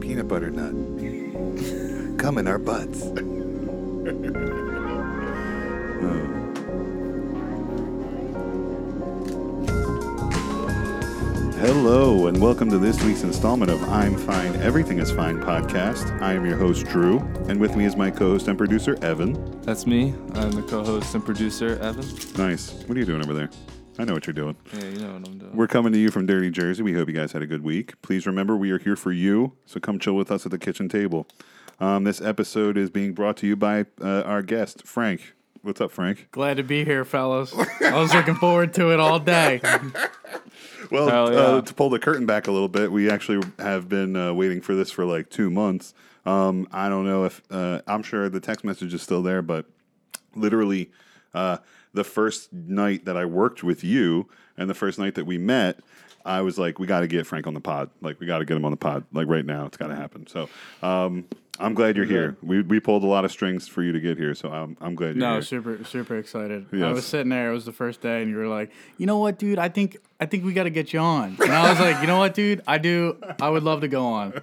peanut butter nut. Come in our butts. Hmm. Hello, and welcome to this week's installment of I'm Fine, Everything is Fine podcast. I am your host, Drew, and with me is my co host and producer, Evan. That's me. I'm the co-host and producer, Evan. Nice. What are you doing over there? I know what you're doing. Yeah, you know what I'm doing. We're coming to you from Dirty Jersey. We hope you guys had a good week. Please remember, we are here for you, so come chill with us at the kitchen table. Um, this episode is being brought to you by uh, our guest, Frank. What's up, Frank? Glad to be here, fellas. I was looking forward to it all day. Well, Hell uh, yeah. to pull the curtain back a little bit, we actually have been uh, waiting for this for like two months. Um, I don't know if uh, I'm sure the text message is still there, but literally uh, the first night that I worked with you and the first night that we met, I was like, we got to get Frank on the pod. Like, we got to get him on the pod. Like, right now, it's got to happen. So, um, I'm glad you're here. We, we pulled a lot of strings for you to get here, so I'm, I'm glad you're No, here. super, super excited. I Yes. was sitting there. It was the first day, and you were like, "You know what, dude? I think, I think we got to get you on." And I was like, "You know what, dude? I do. I would love to go on."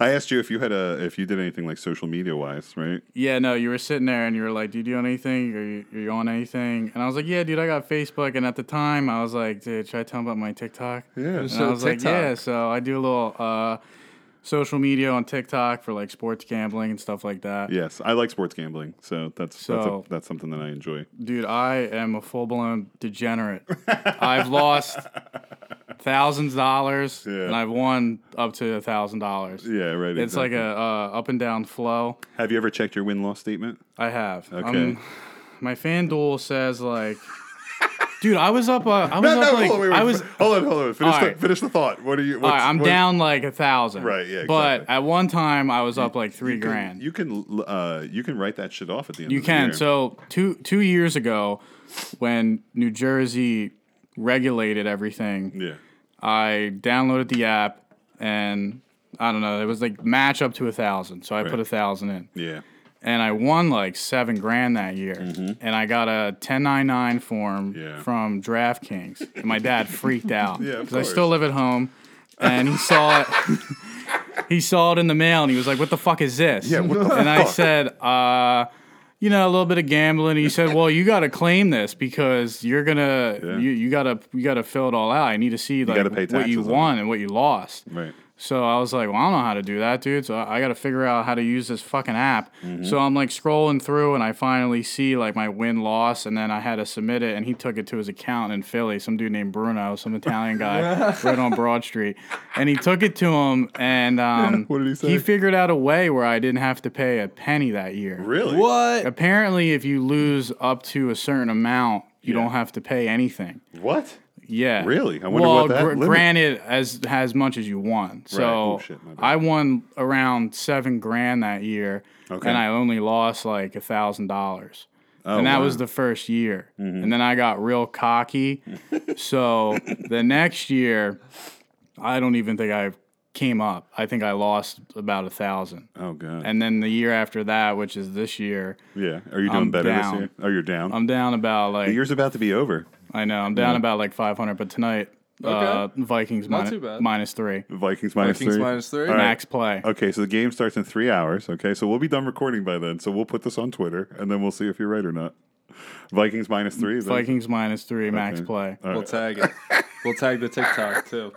I asked you if you had a if you did anything like social media wise, right? Yeah, no, you were sitting there, and you were like, "Do you do anything? Are you, are you on anything?" And I was like, "Yeah, dude. I got Facebook." And at the time, I was like, "Dude, should I tell him about my TikTok?" Yeah. And I was like, TikTok. yeah, so I do a little uh, social media on TikTok for like sports gambling and stuff like that. Yes, I like sports gambling, so that's that's, a, So- that's something that I enjoy. Dude, I am a full blown degenerate. I've lost thousands of dollars Yeah. and I've won up to a thousand dollars. Yeah, right. It's like exactly. a uh, up and down flow. Have you ever checked your win loss statement? I have. Okay. I'm- my FanDuel says like, dude, I was up. Uh, I was up like, hold on, wait, wait, I was. hold on, hold on. Finish, All the, right. finish the thought. What are you? All What's, right, I'm what- down like a thousand. Right, yeah, But exactly. at one time, I was up like three grand. You can uh, you can write that shit off at the end. You of the can. year. So two two years ago, when New Jersey regulated everything, yeah, I downloaded the app and I don't know. It was like match up to a thousand, so I put a thousand in, yeah. and I won like seven grand that year. And I got a ten nine nine form Mm-hmm. Yeah. from DraftKings. And my dad freaked out Yeah, of I still course. live at home, and he saw it. he saw it in the mail, and he was like, "What the fuck is this?" Yeah, what the and I fuck? said, uh, you know, a little bit of gambling. He said, "Well, you got to claim this because you're gonna you, you gotta you gotta fill it all out. I need to see gotta like pay what you taxes on won and what you lost." Right. So I was like, "Well, I don't know how to do that, dude. So I, I got to figure out how to use this fucking app." So I'm like scrolling through, and I finally see like my win loss, and then I had to submit it, and he took it to his accountant in Philly, some dude named Bruno, some Italian guy right on Broad Street, and he took it to him, and um, What did he say? He figured out a way where I didn't have to pay a penny that year. Really? What? Apparently, if you lose up to a certain amount, you don't have to pay anything. What? Yeah. Really? I wonder what that limit- granted, as as much as you won. So Oh, shit, my bad. I won around seven grand that year, Okay. Oh, and I only lost like a thousand dollars. And that wow. Mm-hmm. was the first year. And then I got real cocky. so the next year, I don't even think I came up. I think I lost about a thousand. Oh god. And then the year after that, which is this year, yeah. Are you doing I'm better down. this year? Oh, you're down. I'm down about like the year's about to be over. I know I'm down about like 500, but tonight uh, Vikings Not mini- too bad. minus three Vikings minus Vikings three. minus three. All right. max play. Okay, so the game starts in three hours. Okay, so we'll be done recording by then. So we'll put this on Twitter, and then we'll see if you're right or not. Vikings minus three. Then. Vikings minus three max play. We'll tag it. We'll tag the TikTok too.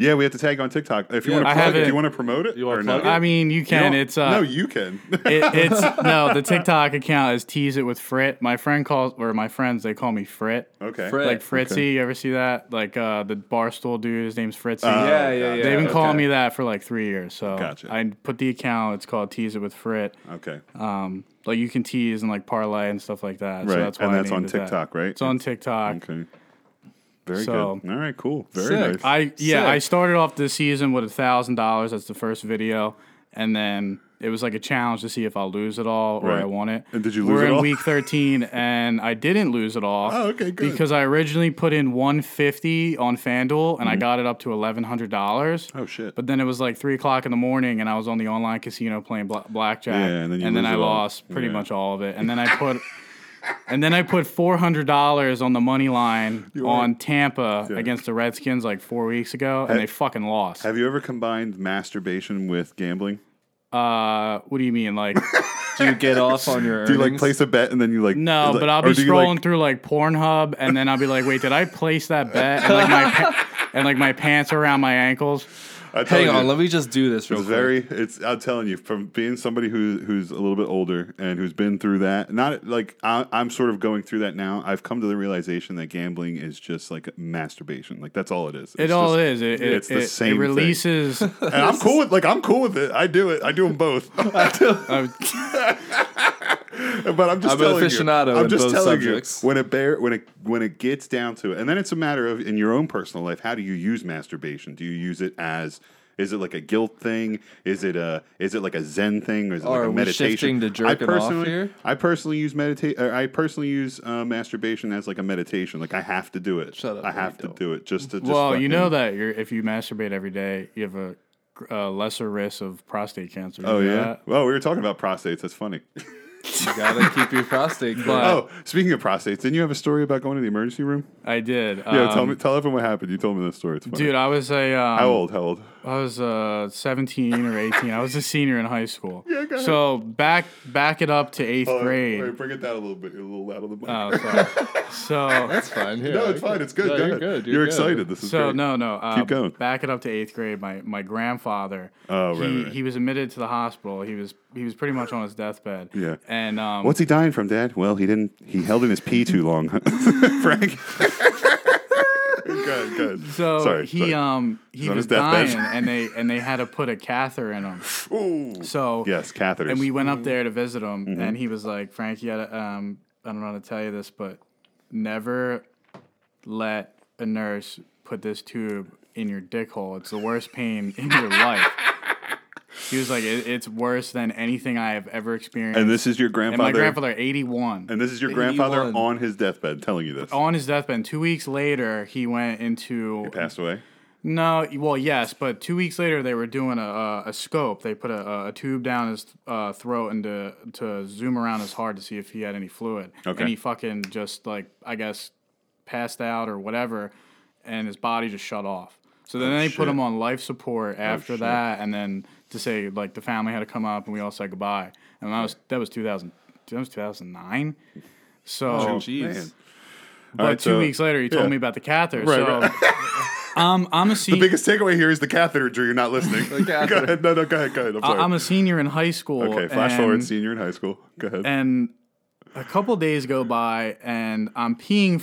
Yeah, we have to tag on TikTok. If you Yeah, want I to have plug it, it. do you want to promote it? You wanna or plug no? I mean, you can. No, it's uh, no, you can. it, it's no the TikTok account is tease it with Frit. My friend calls or my friends they call me Frit, okay. Fred. like Fritzy. You ever see that? Like uh, the barstool dude, his name's Fritzy. yeah, yeah, yeah. They've been okay. calling me that for like three years. So Uh, Gotcha. I put the account. It's called tease it with Frit. Okay. Um, like you can tease and like parlay and stuff like that. Right, So that's why and I that's on named it that. TikTok, right? It's on TikTok. okay. Very So- good. All right. Cool. Very Sick. nice. I yeah, Sick. I started off this season with a thousand dollars. That's the first video, and then it was like a challenge to see if I'll lose it all or Right. I won it. And did you lose We're it in all? week thirteen, and I didn't lose it all. Oh, okay, good. Because I originally put in one fifty on FanDuel, and I got it up to eleven hundred dollars. Mm-hmm. oh shit. But then it was like three o'clock in the morning, and I was on the online casino playing bla- blackjack. Yeah, and then you lose I it all. lost pretty Yeah. much all of it. And then I put, And then I put four hundred dollars on the money line are- on Tampa against the Redskins like four weeks ago, and they fucking lost. Have you ever combined masturbation with gambling? uh, what do you mean, like? Do you get off on your earnings? Do you like place a bet and then you like No, like- but I'll or be do you, like- scrolling through like Pornhub, and then I'll be like, "Wait, did I place that bet?" And like my pa- and like my pants are around my ankles. I tell Hang you, on, let me just do this real It's quick. very. It's. I'm telling you, from being somebody who who's a little bit older and who's been through that. Not like I, I'm sort of going through that now. I've come to the realization that gambling is just like masturbation. Like that's all it is. It's It all just- is. It, it, it's the it- it same thing. releases. And I'm cool with like I'm cool with it. I do it. I do them both. uh, but I'm just I'm an telling aficionado you. I'm in just both telling subjects. you when it bear when it when it gets down to it, and then it's a matter of in your own personal life, how do you use masturbation? Do you use it as is it like a guilt thing? Is it a is it like a Zen thing? Or is it Are like a we meditation? shifting to jerking off personally, here? I personally use meditate. I personally use uh, masturbation as like a meditation. Like I have to do it. Shut up, I no, you have to don't. do it just to. Just well, you fucking- know that you're, if you masturbate every day, you have a, gr- uh lesser risk of prostate cancer. You Oh know yeah. that? Well, we were talking about prostates. That's funny. You gotta keep your prostate clean. Oh, speaking of prostates, didn't you have a story about going to the emergency room? I did. Yeah, tell Um, me, tell everyone what happened. You told me this story. It's funny. dude. I was a um, How old? How old? I was uh, 17 or 18. I was a senior in high school. Yeah, So back back it up to eighth grade. Oh, Wait, bring it down a little bit. You're a little loud on the mic. Oh, sorry. so That's fine. Oh. Here, no, it's fine. It's good. Go No, you're ahead. good, You're, you're good. excited. This is so great. no no uh, Keep going. back it up to eighth grade my my grandfather Oh, right, he, right, right. he was admitted to the hospital he was he was pretty much on his deathbed Yeah. and um What's he dying from, Dad? Well, he didn't. He held in his pee too long, Frank. good, good. so sorry, he sorry. um he on was his deathbed. dying and they and they had to put a catheter in him Ooh. so yes, Mm-hmm. catheters. and we went up there to visit him and he was like frankie I, um, I don't know how to tell you this but never let a nurse put this tube in your dick hole it's the worst pain in your life he was like it, it's worse than anything i have ever experienced and this is your And grandfather. my grandfather 81 And this is your grandfather 81. on his deathbed telling you this. on his deathbed two weeks later he went into Passed away. No, well, yes, but two weeks later they were doing a, a, a scope. They put a, a tube down his uh, throat and to, to zoom around his heart to see if he had any fluid. Okay. And he fucking just like I guess passed out or whatever, and his body just shut off. So then they Oh, shit. Oh, put him on life support after shit. that, and then to say like the family had to come up and we all said goodbye. And that was that was two thousand that was two thousand nine. So Jeez. Oh, man. but right, two so- weeks later he told yeah. me about the catheter. Right, so um, I'm a senior. Biggest takeaway here is the catheter, Drew. You're not listening. go catheter. ahead. No, no, go ahead. Go ahead. I'm sorry. I- I'm a senior in high school. okay, flash and, forward, senior in high school. Go ahead. And a couple days go by, and I'm peeing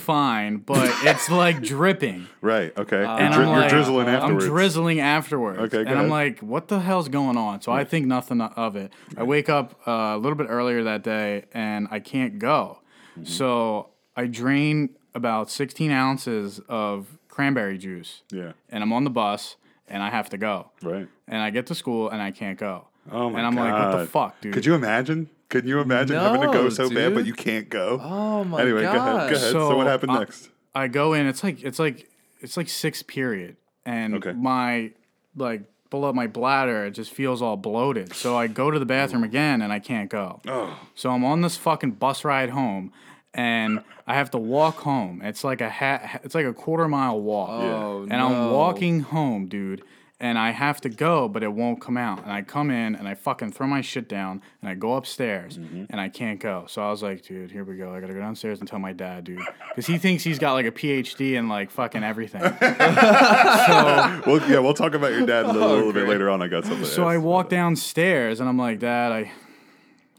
fine, but it's like dripping. Right. Okay. uh, And you're, dri- I'm you're like, drizzling afterwards. I'm drizzling afterwards. Okay, and go I'm ahead. Mm. like, what the hell's going on? So I think nothing of it. I wake up uh, a little bit earlier that day, and I can't go. Mm-hmm. So I drain about 16 ounces of cranberry juice. Yeah. And I'm on the bus, and I have to go. Right. And I get to school, and I can't go. Oh my And I'm like, what the God. fuck, dude? Could you imagine? Could you imagine having to go No, so bad, but dude. you can't go? Oh my anyway, go ahead. gosh. Go ahead. So, So, what happened I- next? I go in. It's like it's like it's like sixth period, and Okay. my like below my bladder it just feels all bloated. So I go to the bathroom again, and I can't go. Oh, So I'm on this fucking bus ride home, and I have to walk home. It's like a ha- it's like a quarter mile walk. Oh, and I'm no. walking home, dude. And I have to go, but it won't come out. And I come in and I fucking throw my shit down and I go upstairs Mm-hmm. and I can't go. So I was like, dude, here we go. I gotta go downstairs and tell my dad, dude. Because he thinks he's got like a PhD in like fucking everything. Well, yeah, we'll talk about your dad a little, little bit later on. I got something. Oh, so I walk downstairs and I'm like, Dad, I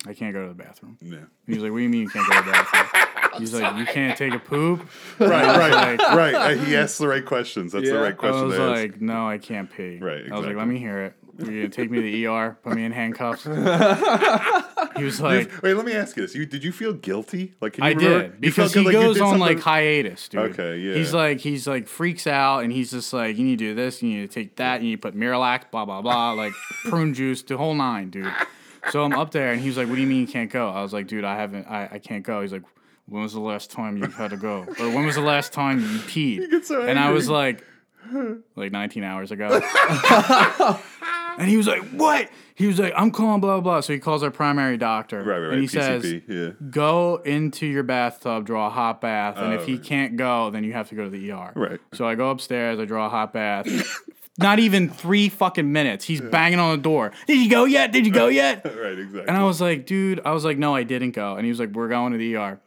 I can't go to the bathroom. Yeah. He's like, What do you mean you can't go to the bathroom? He's like, You can't take a poop? Right, right, Like- right. Uh, He asked the right questions. That's the Yeah. right I question was to ask. like, no, I can't pee. Right, I was exactly. like, let me hear it. You're gonna take me to the ER, put me in handcuffs. he was like, Wait, let me ask you this. You did you feel guilty? Like can you I remember- did you felt because he good, like, you goes did on something- like hiatus, dude. Okay, yeah. He's like, he's like freaks out, and he's just like, you need to do this, you need to take that, you need to put Miralax, blah blah blah, like prune juice, the whole nine, dude. So I'm up there, and he's like, what do you mean you can't go? I was like, dude, I haven't, I, I can't go. He's like, when was the last time you had to go, or when was the last time you peed? get so and I angry. was like, like 19 hours ago. And he was like, "What?" He was like, "I'm calling blah blah." blah." So he calls our primary doctor, Right, right, right. and he says, PCP. yeah. "Go into your bathtub, draw a hot bath, and if Oh, he can't go, then you have to go to the ER." Right. So I go upstairs, I draw a hot bath. Not even three fucking minutes. He's banging on the door. Did you go yet? Did you go yet? Right, exactly. And I was like, dude, I was like, no, I didn't go. And he was like, we're going to the ER.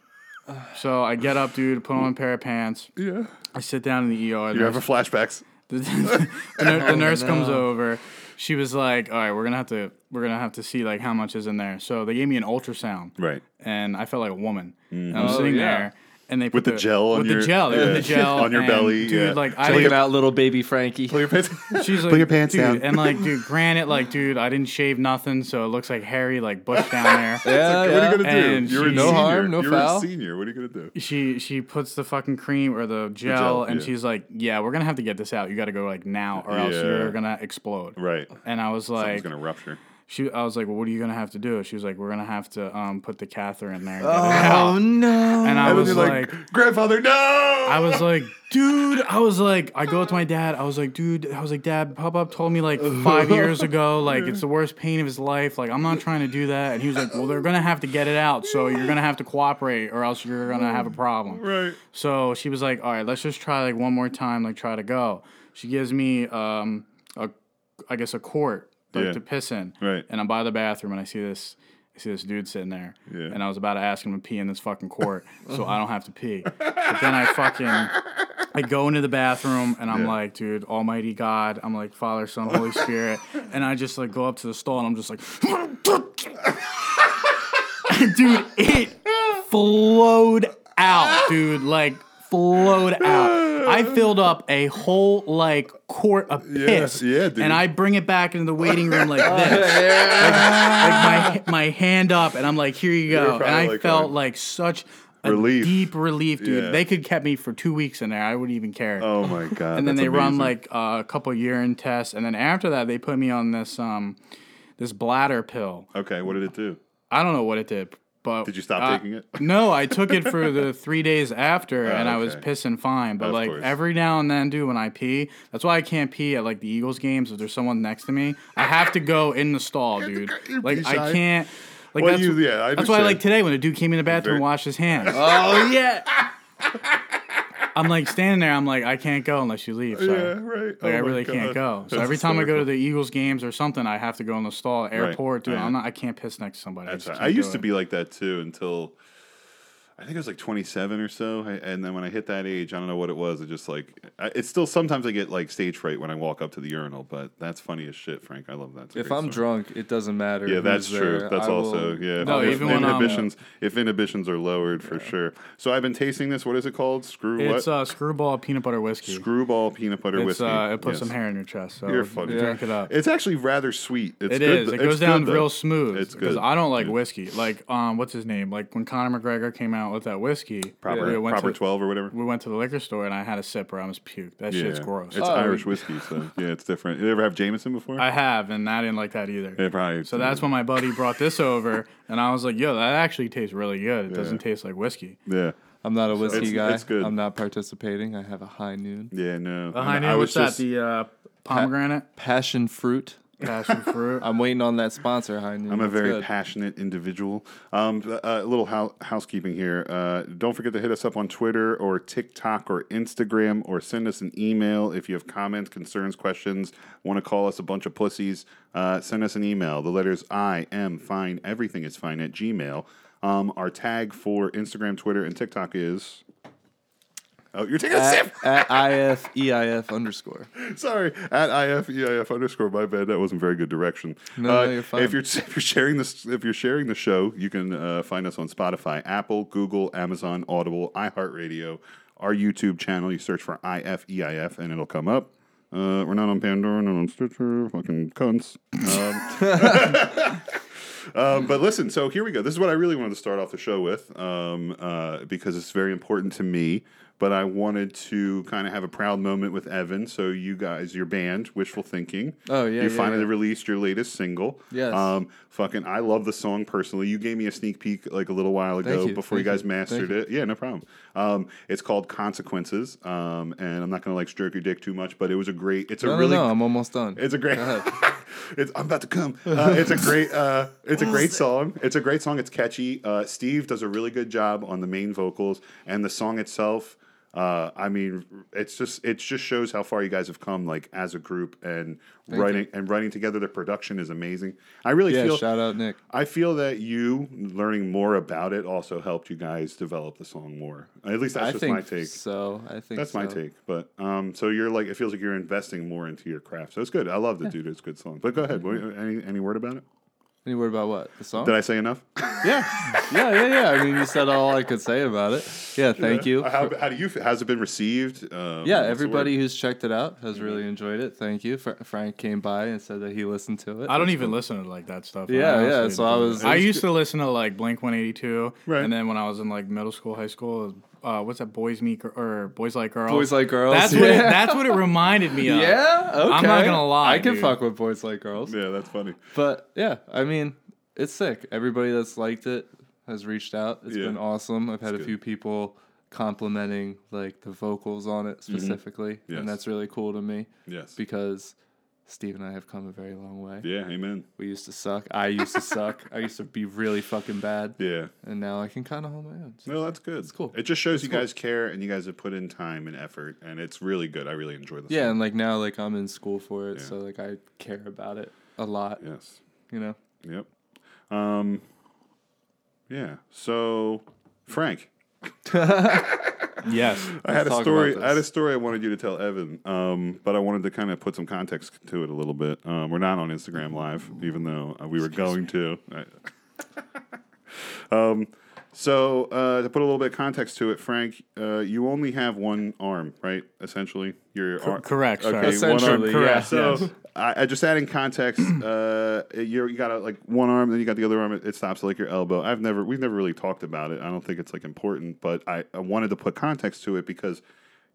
So I get up, dude, put on a pair of pants. yeah. I sit down in the ER. You Oh, having flashbacks? The, the nur- the nurse comes over. She was like, "All right, we're gonna have to we're gonna have to see like how much is in there." So they gave me an ultrasound, Right. and I felt like a woman. And Mm-hmm. I'm Oh, sitting yeah. there, and they put the gel on with your- the gel, they put yeah, the gel on your and, belly, dude. yeah. Like I Check it out, little baby Frankie. Pull your pants. She's like, your pants dude, down. and like, dude, granted, like, dude, I didn't shave nothing, so it looks like hairy, like bush down there. Yeah, What are you yeah. gonna do? And You're a she- no No senior. harm, no You're a foul. senior. What are you gonna do? she she puts the fucking cream or the gel, gel, and yeah. she's like, "Yeah, we're gonna have to get this out. You got to go like now, or else Yeah. you're gonna explode." Right. And I was Something's like, gonna rupture. she, I was like, well, "What are you gonna have to do?" She was like, "We're gonna have to um put the catheter in there." and get it out." Oh no! And And I then was you're like, like, grandfather, no. I was like, dude, I was like, I go up to my dad. I was like, dude, I was like, dad, Pop Up told me like five years ago, like, it's the worst pain of his life. Like, I'm not trying to do that. And he was like, well, they're going to have to get it out. So you're going to have to cooperate or else you're going to have a problem. right. So she was like, all right, let's just try like one more time, like, try to go. She gives me, um, a, I guess, a quart like, Yeah. to piss in. Right. And I'm by the bathroom and I see this. I See this dude sitting there, Yeah. and I was about to ask him to pee in this fucking quart, so I don't have to pee. But then I fucking I go into the bathroom and I'm Yeah. like, dude, Almighty God, I'm like Father, Son, Holy Spirit, and I just like go up to the stall and I'm just like, dude, it flowed out, dude, like flowed out. I filled up a whole like quart of piss, yeah, dude. and I bring it back into the waiting room like this Yeah. like my my hand up, and I'm like, here you were go. And probably I like felt going, like such a Relief. deep relief, dude. Yeah. They could kept me for two weeks in there. I wouldn't even care. Oh my god. and then that's they run amazing. like uh, a couple urine tests, and then after that, they put me on this um this bladder pill. Okay, what did it do? I don't know what it did, but Did you stop uh, taking it? Ah, no, I took it for the three days after, and I was okay. pissing fine. But Of like course. every now and then, dude, when I pee, that's why I can't pee at like the Eagles games if there's someone next to me. I have to go in the stall, dude. go- you're Like I pee-shy. can't. Like Well, that's, you- yeah, I that's why understand. like today when the dude came in the bathroom Very- and washed his hands, Oh yeah. I'm like standing there. I'm like I can't go unless you leave. So. Yeah, right. Oh Like I really can't go. So every time I go to the Eagles games or something, I have to go in the stall. Airport, dude, Yeah. I'm not. I can't piss next to somebody. That's I, just right. I can't do used to it. be like that too until I think I was like 27 or so. I- And then when I hit that age, I don't know what it was. It just like, I- it's still sometimes I get like stage fright when I walk up to the urinal, but that's funny as shit, Frank. I love that. It's a If great I'm story. drunk, it doesn't matter. Yeah, who's that's true. there. That's I also will- yeah. No, if even when I'm- inhibitions, if inhibitions are lowered for sure. So I've been tasting this. What is it called? Screw It's what? uh, screwball peanut butter whiskey. Screwball peanut butter It's, whiskey. uh, it puts Yes. some hair in your chest. So You're You're funny. drink it up. It's actually rather sweet. It's It good, is. though. It It's goes good, down though. real smooth. It's Because good. I don't like whiskey. Like, um, what's his name? Like when Conor McGregor came out with that whiskey, Proper, we went proper to, twelve or whatever. We went to the liquor store and I had a sip or I almost puked. That shit's gross. It's Oh. Irish whiskey, so yeah, it's different. You ever have Jameson before? I have, and I didn't like that either. yeah, probably. So that's when my buddy brought this over, and I was like, "Yo, that actually tastes really good. It doesn't taste like whiskey." yeah, I'm not a whiskey It's- guy. it's good. I'm not participating. I have a high noon. yeah, no. Behind I it, was what's just that? The uh, pomegranate, Passion fruit. passion fruit. I'm waiting on that sponsor, high noon. I'm a It's very Mm-hmm. good. passionate individual. Um, a uh, little hou- housekeeping here. Uh, don't forget to hit us up on Twitter or TikTok or Instagram or send us an email if you have comments, concerns, questions, want to call us a bunch of pussies. Uh, send us an email. The letters I am fine. Everything is fine at Gmail. Um, our tag for Instagram, Twitter, and TikTok is. Oh, you're taking a sip. at, at ifeif underscore. Sorry, at ifeif underscore. My bad. That wasn't very good direction. No, Uh, no, you're fine. If you're if you're sharing this, if you're sharing the show, you can uh, find us on Spotify, Apple, Google, Amazon, Audible, iHeartRadio, our YouTube channel. You search for ifeif, and it'll come up. Uh, we're not on Pandora, not on Stitcher, fucking cunts. Um, Mm-hmm. but listen, so here we go. This is what I really wanted to start off the show with um, uh, because it's very important to me. But I wanted to kind of have a proud moment with Evan. So you guys, your band, Wishful Thinking. Oh, yeah, You yeah, finally yeah. released your latest single. Yes. Um, fucking, I love the song personally. You gave me a sneak peek like a little while ago you, before you thank guys mastered it. Yeah, no problem. Um, it's called Consequences, um, and I'm not gonna like stroke your dick too much, but it was a great. It's a No, really. no, no, I'm almost done. It's a great. It's, I'm about to come. Uh, it's a great. Uh, it's a great song. It's a great song. It's catchy. Uh, Steve does a really good job on the main vocals and the song itself. Uh, I mean, it's just it just shows how far you guys have come, like as a group and writing and writing together. The production is amazing. I really Yeah, feel shout out Nick. I feel that you learning more about it also helped you guys develop the song more. At least that's I just think my take. so. I think That's my so. take. But um, so you're like, it feels like you're investing more into your craft. So it's good. I love the dude. It's a good song. But go ahead. What- Mm-hmm. Any any word about it? Any word about what the song? Did I say enough? yeah, yeah, yeah, yeah. I mean, you said all I could say about it. Yeah, thank you. How, how do you? feel? How's it been received? Um, Yeah, what's the everybody word? who's checked it out has really Mm-hmm. enjoyed it. Thank you. Fr- Frank came by and said that he listened to it. I don't even listen to like that stuff. Yeah, I yeah, honestly so I don't. was- I used to listen to like Blink One Eighty Two, Right. and then when I was in like middle school, high school, uh, what's that? Boys Meet Gir- or Boys Like Girls. Boys Like Girls, That's what. It, yeah. that's what it reminded me of. Yeah, okay. I'm not gonna lie, I can dude. fuck with boys like girls, Yeah, that's funny. but yeah, I mean, it's sick. Everybody that's liked it has reached out. It's Yeah. been awesome. I've had a good. few people complimenting like the vocals on it specifically, Mm-hmm. Yes. and that's really cool to me Yes. because Steve and I have come a very long way. yeah. Amen. We used to suck. I used to suck. I used to be really fucking bad. Yeah. And now I can kind of hold my own. No, that's good. It's cool. It just shows you guys care and you guys have put in time and effort, and it's really good. I really enjoy this. Yeah, and like now, like I'm in school for it, Yeah. so like I care about it a lot. Yes. You know, Yep. Um. Yeah. So, Frank. Yes. I had a talk story. about I had a this. story I wanted you to tell Evan, um, but I wanted to kind of put some context to it a little bit. Um, we're not on Instagram Live, even though uh, we were going to. I- um, so uh, to put a little bit of context to it, Frank, uh, you only have one arm, right? Essentially, your arm. correct, sorry. Essentially, yeah. So Yes. I, I just adding context. Uh, you're, you got a, like one arm, then you got the other arm. It, it stops at, like your elbow. I've never, we've never really talked about it. I don't think it's like important, but I, I wanted to put context to it because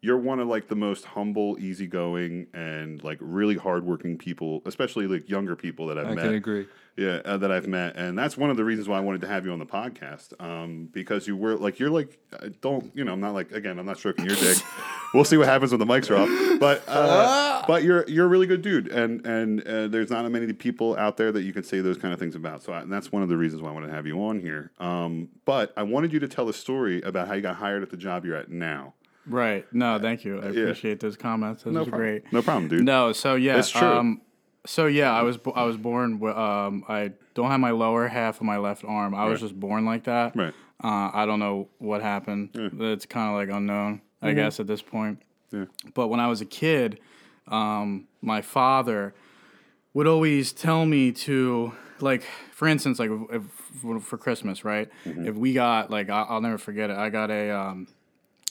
you're one of like the most humble, easygoing, and like really hardworking people, especially like younger people that I've I met. can agree. Yeah, uh, that I've met, and that's one of the reasons why I wanted to have you on the podcast. Um, because you were like, you're like, I don't, you know, I'm not like, again, I'm not stroking your dick. we'll see what happens when the mics are off. But uh, but you're you're a really good dude, and and uh, there's not many people out there that you can say those kind of things about. So I, and that's one of the reasons why I wanted to have you on here. Um, but I wanted you to tell a story about how you got hired at the job you're at now. Right. No, thank you. I appreciate those comments. Those are problem. great. No problem, dude. No, so yeah, It's true. Um, so yeah, I was bo- I was born. wi- Um, I don't have my lower half of my left arm. I was just born like that. Right. Uh, I don't know what happened. It's kind of like unknown, I guess, at this point. Mm-hmm. Yeah. But when I was a kid, um, my father would always tell me to like for instance like if, if- for christmas right Mm-hmm. if we got like I, i'll never forget it i got a um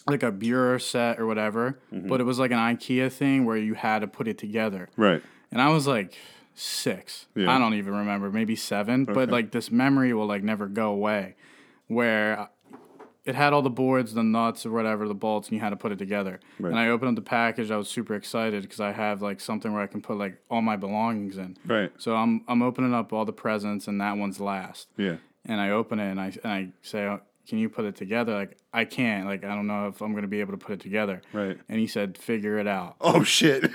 like a bureau set or whatever Mm-hmm. but it was like an ikea thing where you had to put it together Right. and i was like six Yeah. i don't even remember maybe seven but like this memory will like never go away where it had all the boards, the nuts, or whatever, the bolts, and you had to put it together. And I opened up the package. I was super excited because I have like something where I can put like all my belongings in. Right. So I'm I'm opening up all the presents, and that one's last. Yeah. And I open it, and I and I say, "Oh, "Can you put it together?" Like I can't. Like I don't know if I'm gonna be able to put it together. Right. And he said, "Figure it out." Oh shit.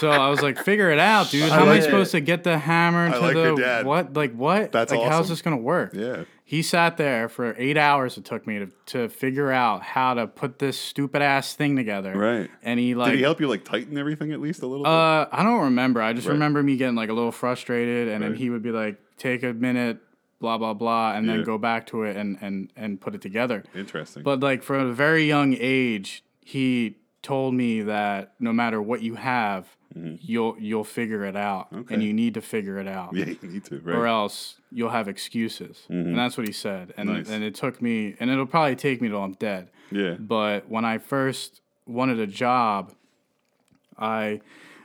So I was like, "Figure it out, dude. How am I like it. supposed to get the hammer to like the your dad. what? Like what? That's like how's awesome. this gonna work?" Yeah. He sat there for eight hours. It took me to, to figure out how to put this stupid ass thing together. Right. And he like Did he help you like tighten everything at least a little? uh, I don't remember. I just remember me getting like a little frustrated, and then he would be like, "Take a minute, blah blah blah," and Yeah. then go back to it and and and put it together. bit? Interesting. But like from a very young age, he told me that no matter what you have, Mm-hmm. you'll you'll figure it out, and you need to figure it out yeah, you need to. Right. Mm-hmm. or else you'll have excuses. And that's what he said. And Nice. and it took me, and it'll probably take me till I'm dead. Yeah. But when I first wanted a job, I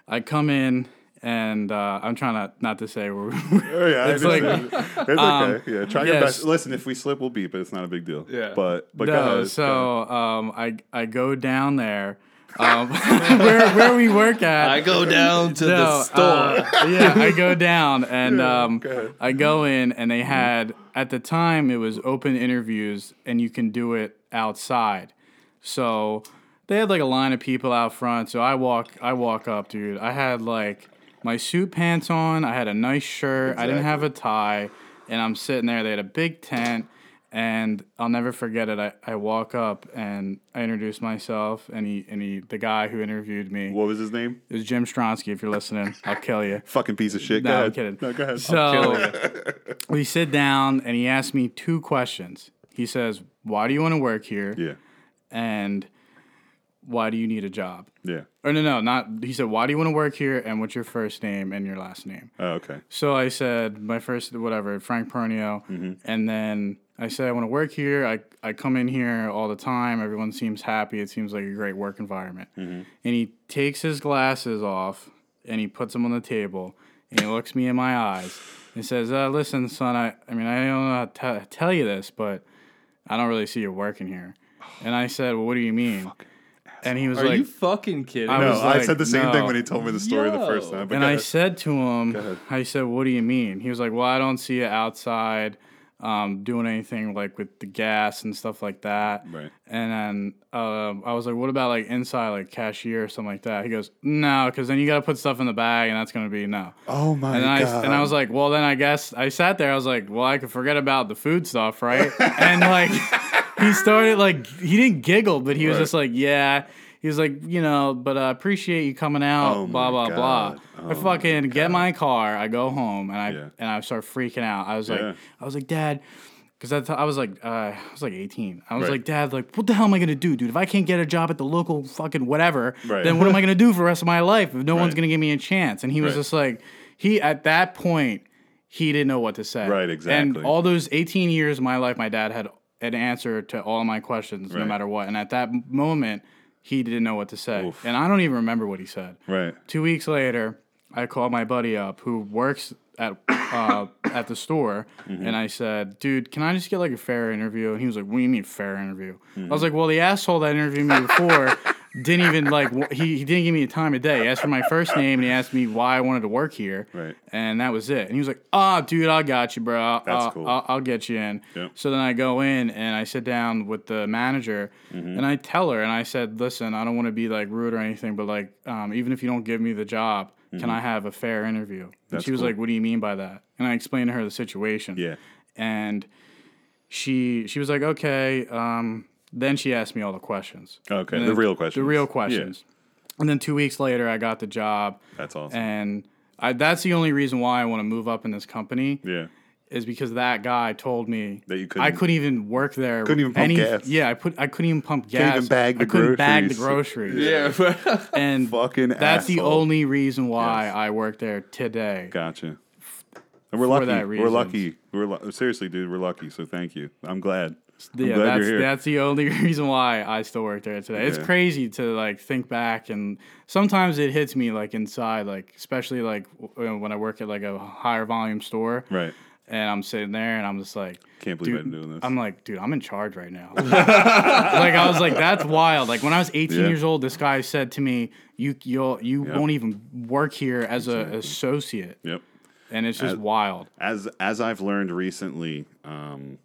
I come in and uh, I'm trying not not to say we're Oh, yeah, It's I like- um, understand. it's okay. yeah, try your yes. best. Listen, if we slip, we'll beep, but it's not a big deal. Yeah. but but go no. ahead. So um, I I go down there. Um, where where we work at, go down to uh, yeah, I go down and um, go ahead. Mm-hmm. I go in, and they had at the time it was open interviews, and you can do it outside. So they had like a line of people out front. So I walk, I walk up, dude. I had like my suit pants on. I had a nice shirt. I didn't have a tie. And I'm sitting there. They had a big tent. And I'll never forget it. I, I walk up and I introduce myself. And he, and he the guy who interviewed me, What was his name? it was Jim Stronsky. If you're listening, I'll kill you. Fucking piece of shit. No, go I'm ahead. kidding. No, go ahead. So we sit down and he asked me two questions. He says, Why do you want to work here? Oh, yeah, And why do you need a job? yeah. Or no, no, not. He said, Why do you want to work here? And what's your first name and your last name? Oh, okay. So I said, My first, whatever, Frank Pernio. And then I said, I want to work here. I, I come in here all the time. Everyone seems happy. It seems like a great work environment. And he takes his glasses off and he puts them on the table and he looks me in my eyes and says, uh, Listen, son, I, I mean, I don't know how to t- tell you this, but I don't really see you working here. And I said, Well, what do you mean? And he was Are like, you fucking kidding? I me? No, was I like, said the same thing no. when he told me the story the first Yo. time. But and go I ahead. said to ahead. him, I said, "What do you mean?" He was like, "Well, I don't see you outside um, doing anything like with the gas and stuff like that." Right. And then um, I was like, "What about like inside, like cashier or something like that?" He goes, "No, because then you got to put stuff in the bag, and that's gonna be no." oh my And then I, god! and I was like, well, then I guess I sat there. I was like, well, I could forget about the food stuff, right? and like, he started like he didn't giggle, but he was Right. just like, yeah. He was like, you know, but I appreciate you coming out, Oh blah my blah blah. God. I Oh fucking get my car. I go home and I Yeah. and I start freaking out. I was Yeah. like, I was like, Dad, because I, thought- I was like, uh, I was like 18. I was Right. like, Dad, like, what the hell am I gonna do, dude? If I can't get a job at the local fucking whatever, Right. then what am I gonna do for the rest of my life? If no one's Right. gonna give me a chance, and he was Right. just like, he at that point, he didn't know what to say. Right, exactly. And all those 18 years of my life, my dad had an answer to all my questions, no Right. matter what. And at that m- moment, he didn't know what to say, Oof. and I don't even remember what he said. right. Two weeks later, I called my buddy up who works at uh, at the store, Mm-hmm. and I said, "Dude, can I just get like a fair interview?" And he was like, "What do you mean fair interview?" I Mm-hmm. was like, "Well, the asshole that interviewed me before." didn't even like wh- he, he didn't give me a time of day he asked for my first name and he asked me why i wanted to work here Right. and that was it and he was like ah dude i got you bro Uh, I'll- That's I'll- cool. I'll, I'll get you in. Yep. So then I go in and I sit down with the manager Mm-hmm. and I tell her and I said, listen, I don't want to be like rude or anything, but like um, even if you don't give me the job, can I have a fair interview? and Mm-hmm. That's she was cool. like, what do you mean by that? And I explained to her the situation. Yeah. And she she was like, okay. Um, then she asked me all the questions. Okay. And The then real questions. The real questions. And then two weeks later, I got the job. That's awesome. And I, that's the only reason why I want to move up in this company yeah. is because that guy told me That you I couldn't- couldn't even work there. Couldn't even pump gas. Yeah, I put I couldn't even pump gas. even bag I the couldn't bag the groceries. groceries. yeah, but and Fucking that's the asshole. only reason why I work there today. Gotcha. And we're lucky. that We're reason. lucky. We're lu- seriously, dude. We're lucky. So thank you. I'm glad. I'm yeah, glad that's you're here. that's the only reason why I still work there today. It's Yeah. crazy to like think back and sometimes it hits me like inside, like especially like w- when I work at like a higher volume store, right. and I'm sitting there and I'm just like, Can't believe dude, I'm doing this. I'm like, dude, I'm in charge right now. like I was like, that's wild. Like when I was 18 Yeah. years old, this guy said to me, you you'll, you won't even work here as an associate, yep. and it's just wild. as as I've learned recently, um,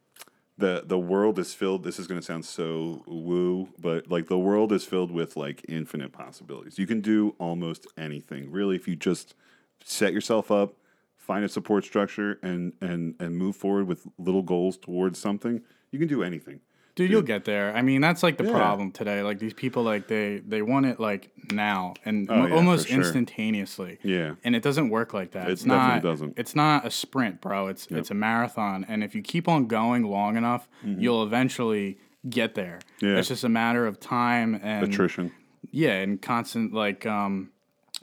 the the world is filled. This is going to sound so woo, but like the world is filled with like infinite possibilities. You can do almost anything, really, if you just set yourself up, find a support structure, and and and move forward with little goals towards something. You can do anything. Dude, you'll get there. I mean, that's like the problem today. Like these people, like they they want it like now and mo- Oh, yeah, almost for sure. instantaneously. Yeah. and it doesn't work like that. it's definitely not, doesn't. It's not a sprint, bro. It's it's a marathon, and if you keep on going long enough, you'll eventually get there. Mm-hmm. Yeah. It's just a matter of time and Attrition. yeah, and constant like um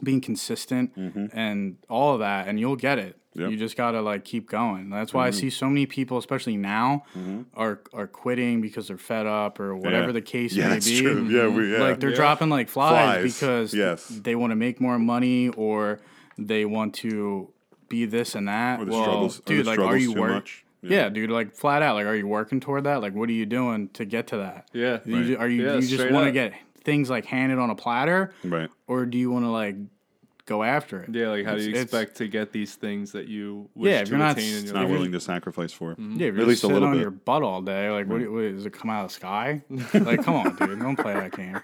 being consistent and all of that, and you'll get it. Mm-hmm. Yep. Mm-hmm. You just gotta like keep going. That's why I see so many people, especially now, are are quitting because they're fed up or whatever Yeah. the case Yeah, may that's be. mm, true. Yeah, we- yeah. Like they're Yeah. dropping like flies, Flies. because Yes. they want to make more money or they want to be this and that. Or the well, struggles- or the dude, like are struggles you too working? much. Yeah. dude, like flat out, like are you working toward that? Like what are you doing to get to that? Yeah. You ju- are you Yeah, you just straight want to up. get things like handed on a platter? Right. or do you want to like go after it? yeah, like how do you It's- it's- expect to get these things that you wish Yeah, if Mm-hmm. to you're not attain in s- your Not life? willing to sacrifice for. Yeah, if At you're least a sitting little on bit. your butt all day, like, what, do you- what is it come out of the sky? like, come on, dude, don't play that game.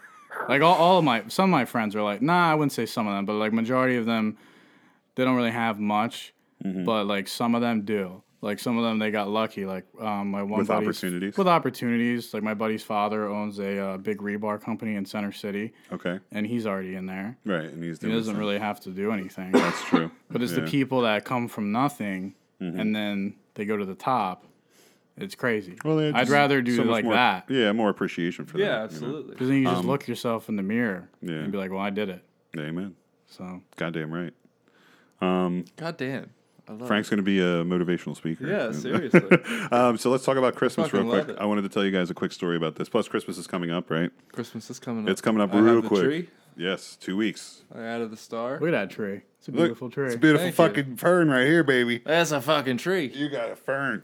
Like, all, all of my, some of my friends are like, nah, I wouldn't say some of them, but like, majority of them they don't really have much, Mm-hmm. but like some of them do. Like some of them, they got lucky. Like um, my one With buddy's- opportunities? With opportunities, like my buddy's father owns a uh, big rebar company in Center City, Okay. and he's already in there. Right. And he's He doing doesn't some- really have to do anything. That's true. But it's the Yeah. Mm-hmm. people that come from nothing and then they go to the top. It's crazy. Well, they had I'd just rather do so it much like more- that. Yeah, more appreciation for Yeah, that. you know? absolutely. Because then you just look yourself in the mirror um, yeah. and be like, well, I did it. Amen. So Goddamn right. God damn. I love Frank's going to be a motivational speaker. It. Yeah, seriously. Um, so let's talk about Christmas Fucking real quick. love it. I wanted to tell you guys a quick story about this. Plus, Christmas is coming up, right? Christmas is coming up. It's coming up I real have the quick. Tree. Yes, two weeks. I added the star. look at that tree. It's a Look, beautiful tree. It's a beautiful Thank you. fucking fern right here, baby. That's a fucking tree. You got a fern.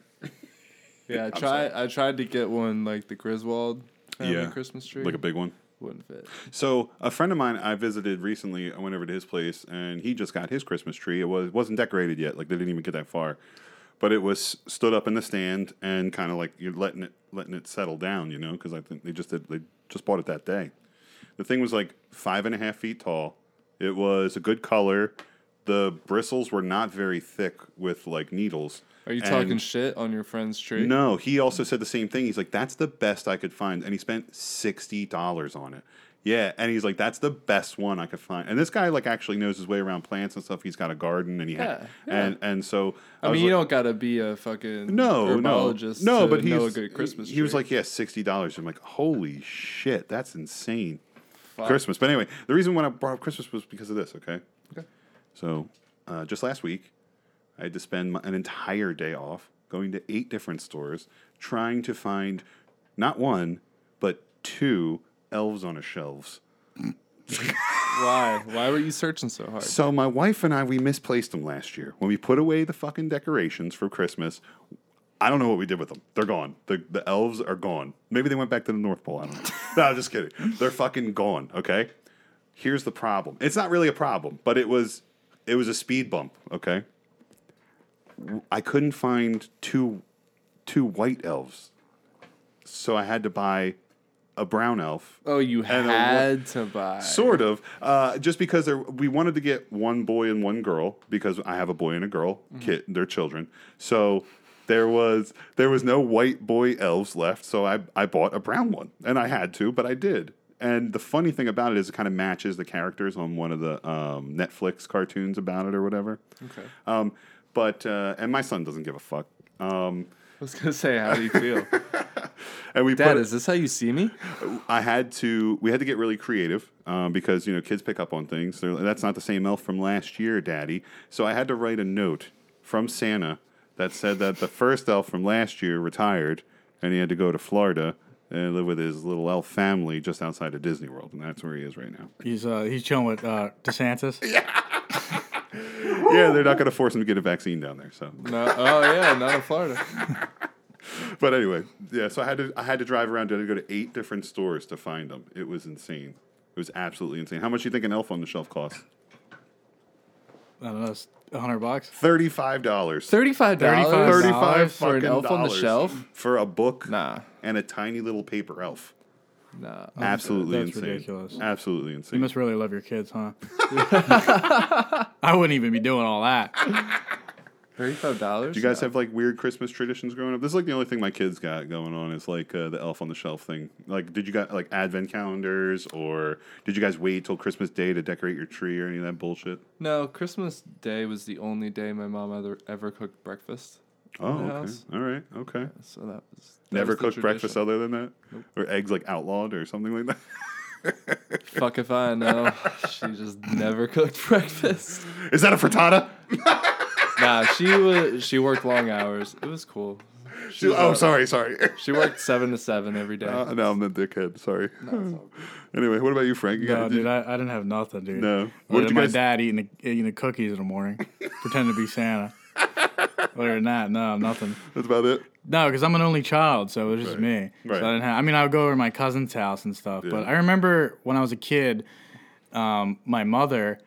Yeah, I tried. I tried to get one like the Griswold family Yeah. Christmas tree. Like a big one. Wouldn't fit. So a friend of mine I visited recently. I went over to his place, and he just got his Christmas tree. It was it wasn't decorated yet; like they didn't even get that far, but it was stood up in the stand and kind of like you're letting it letting it settle down, you know, because I think they just did, they just bought it that day. The thing was like five and a half feet tall. It was a good color. The bristles were not very thick with like needles. Are you And- talking shit on your friend's tree? no, he also said the same thing. He's like, that's the best I could find. And he spent $60 on it. Yeah. And he's like, that's the best one I could find. And this guy, like, actually knows his way around plants and stuff. He's got a garden and he had, Yeah, yeah. and, and so. I, was mean, you like- don't gotta be a fucking no, no, herbologist no, to but he know was, a good Christmas. he, he was tree. like, yeah, $60. I'm like, holy shit, that's insane. Christmas. But anyway, the reason when I brought up Christmas was because of this, okay? Okay. So uh, just last week, I had to spend my, an entire day off going to eight different stores trying to find not one, but two elves on a shelves. why? Why were you searching so hard? So my wife and I, we misplaced them last year. When we put away the fucking decorations for Christmas, I don't know what we did with them. They're gone. The, the elves are gone. Maybe they went back to the North Pole. I don't know. no, I'm just kidding. They're fucking gone. Okay. Here's the problem. It's not really a problem, but it was it was a speed bump. Okay. I couldn't find two two white elves, so I had to buy a brown elf Oh, you a wa- had to buy. sort of uh, just because there, we wanted to get one boy and one girl because i have a boy and a girl Mm-hmm. kid their children so there was there was no white boy elves left so I, I bought a brown one and i had to but i did and the funny thing about it is it kind of matches the characters on one of the um, netflix cartoons about it or whatever Okay. um, but uh, and my son doesn't give a fuck um, I was gonna say, how do you feel, and we Dad? put, Is this how you see me? I had to. We had to get really creative um, because you know kids pick up on things. They're, that's not the same elf from last year, Daddy. So I had to write a note from Santa that said that the first elf from last year retired, and he had to go to Florida and live with his little elf family just outside of Disney World, and that's where he is right now. He's uh, he's chilling with uh, DeSantis. yeah, they're not going to force him to get a vaccine down there. So, No. Oh yeah, not in Florida. but anyway, yeah. So I had to. I had to drive around. I had to go to eight different stores to find them. It was insane. It was absolutely insane. How much do you think an elf on the shelf costs? I don't know, it's a hundred bucks. Thirty-five dollars. Thirty-five dollars. $35 Thirty-five for an fucking elf on the dollars shelf. for a book Nah, Oh, and a tiny little paper elf. nah. Absolutely that's insane. ridiculous. Absolutely You insane. must really love your kids, huh? I wouldn't even be doing all that. Thirty-five dollars. Do you guys have like weird Christmas traditions growing up? This is like the only thing my kids got going on is like uh, the elf on the shelf thing. Like, did you got like advent calendars or did you guys wait till Christmas Day to decorate your tree or any of that bullshit? No, Christmas Day was the only day my mom ever ever cooked breakfast. Oh, the okay. house. All right. Okay. So that was that Never was the cooked breakfast tradition. other than that? Or eggs like outlawed or something like that? Fuck if I know. she just never cooked breakfast. is that a frittata? Nah, she was she worked long hours. It was cool. She was oh, up- sorry. Sorry. She worked seven to seven every day. Uh, no, I'm the dickhead. Sorry. anyway, what about you, Frank? You got- No, did you- dude, I, I didn't have nothing, dude. No. What What did you my guys- dad eating the, eating the cookies in the morning, pretending to be Santa. Other than that, no, nothing. That's about it. No, because I'm an only child, so it was just me. So I Right. didn't have. I mean, I would go over to my cousin's house and stuff. But Yeah. I remember when I was a kid, um, my mother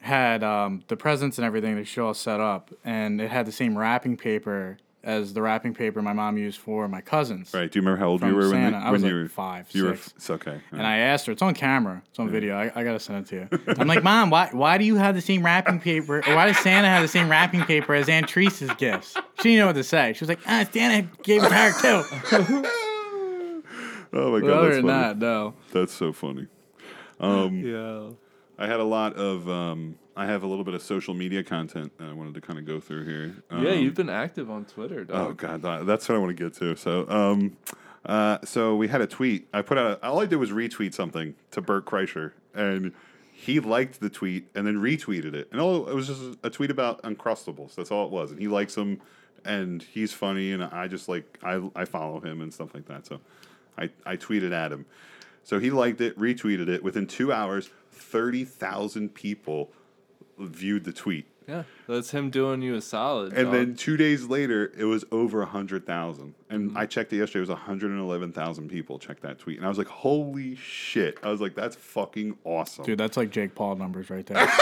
had um, the presents and everything that she all set up, and it had the same wrapping paper as the wrapping paper my mom used for my cousins. Right. Do you remember how old you From were when, Santa. the- I was when you like were five, You were six. it's okay. And I asked her, it's on camera, it's on video. I, I gotta send it to you. I'm like, Mom, why why do you have the same wrapping paper? Or why does Santa have the same wrapping paper as Aunt Teresa's gifts? She didn't know what to say. She was like, Ah, Santa gave it to her too. oh my god, Other that's funny. than that, no. That's so funny. Yeah. I had a lot of. Um, I have a little bit of social media content that I wanted to kind of go through here. Um, Yeah, you've been active on Twitter, Oh dog. god, that- that's what I want to get to. So, um, uh, so we had a tweet. I put out. A, all I did was retweet something to Bert Kreischer, and he liked the tweet and then retweeted it. And all it was just a tweet about Uncrustables. That's all it was. And he likes them, and he's funny, and I just like I I follow him and stuff like that. So, I I tweeted at him. So he liked it, retweeted it. Within two hours, thirty thousand people viewed the tweet. Yeah, that's him doing you a solid. And dog. Mm-hmm. then two days later, it was over 100,000. And I checked it yesterday, it was 111,000 people checked that tweet. And I was like, holy shit. I was like, that's fucking awesome. Dude, that's like Jake Paul numbers right there. Speaking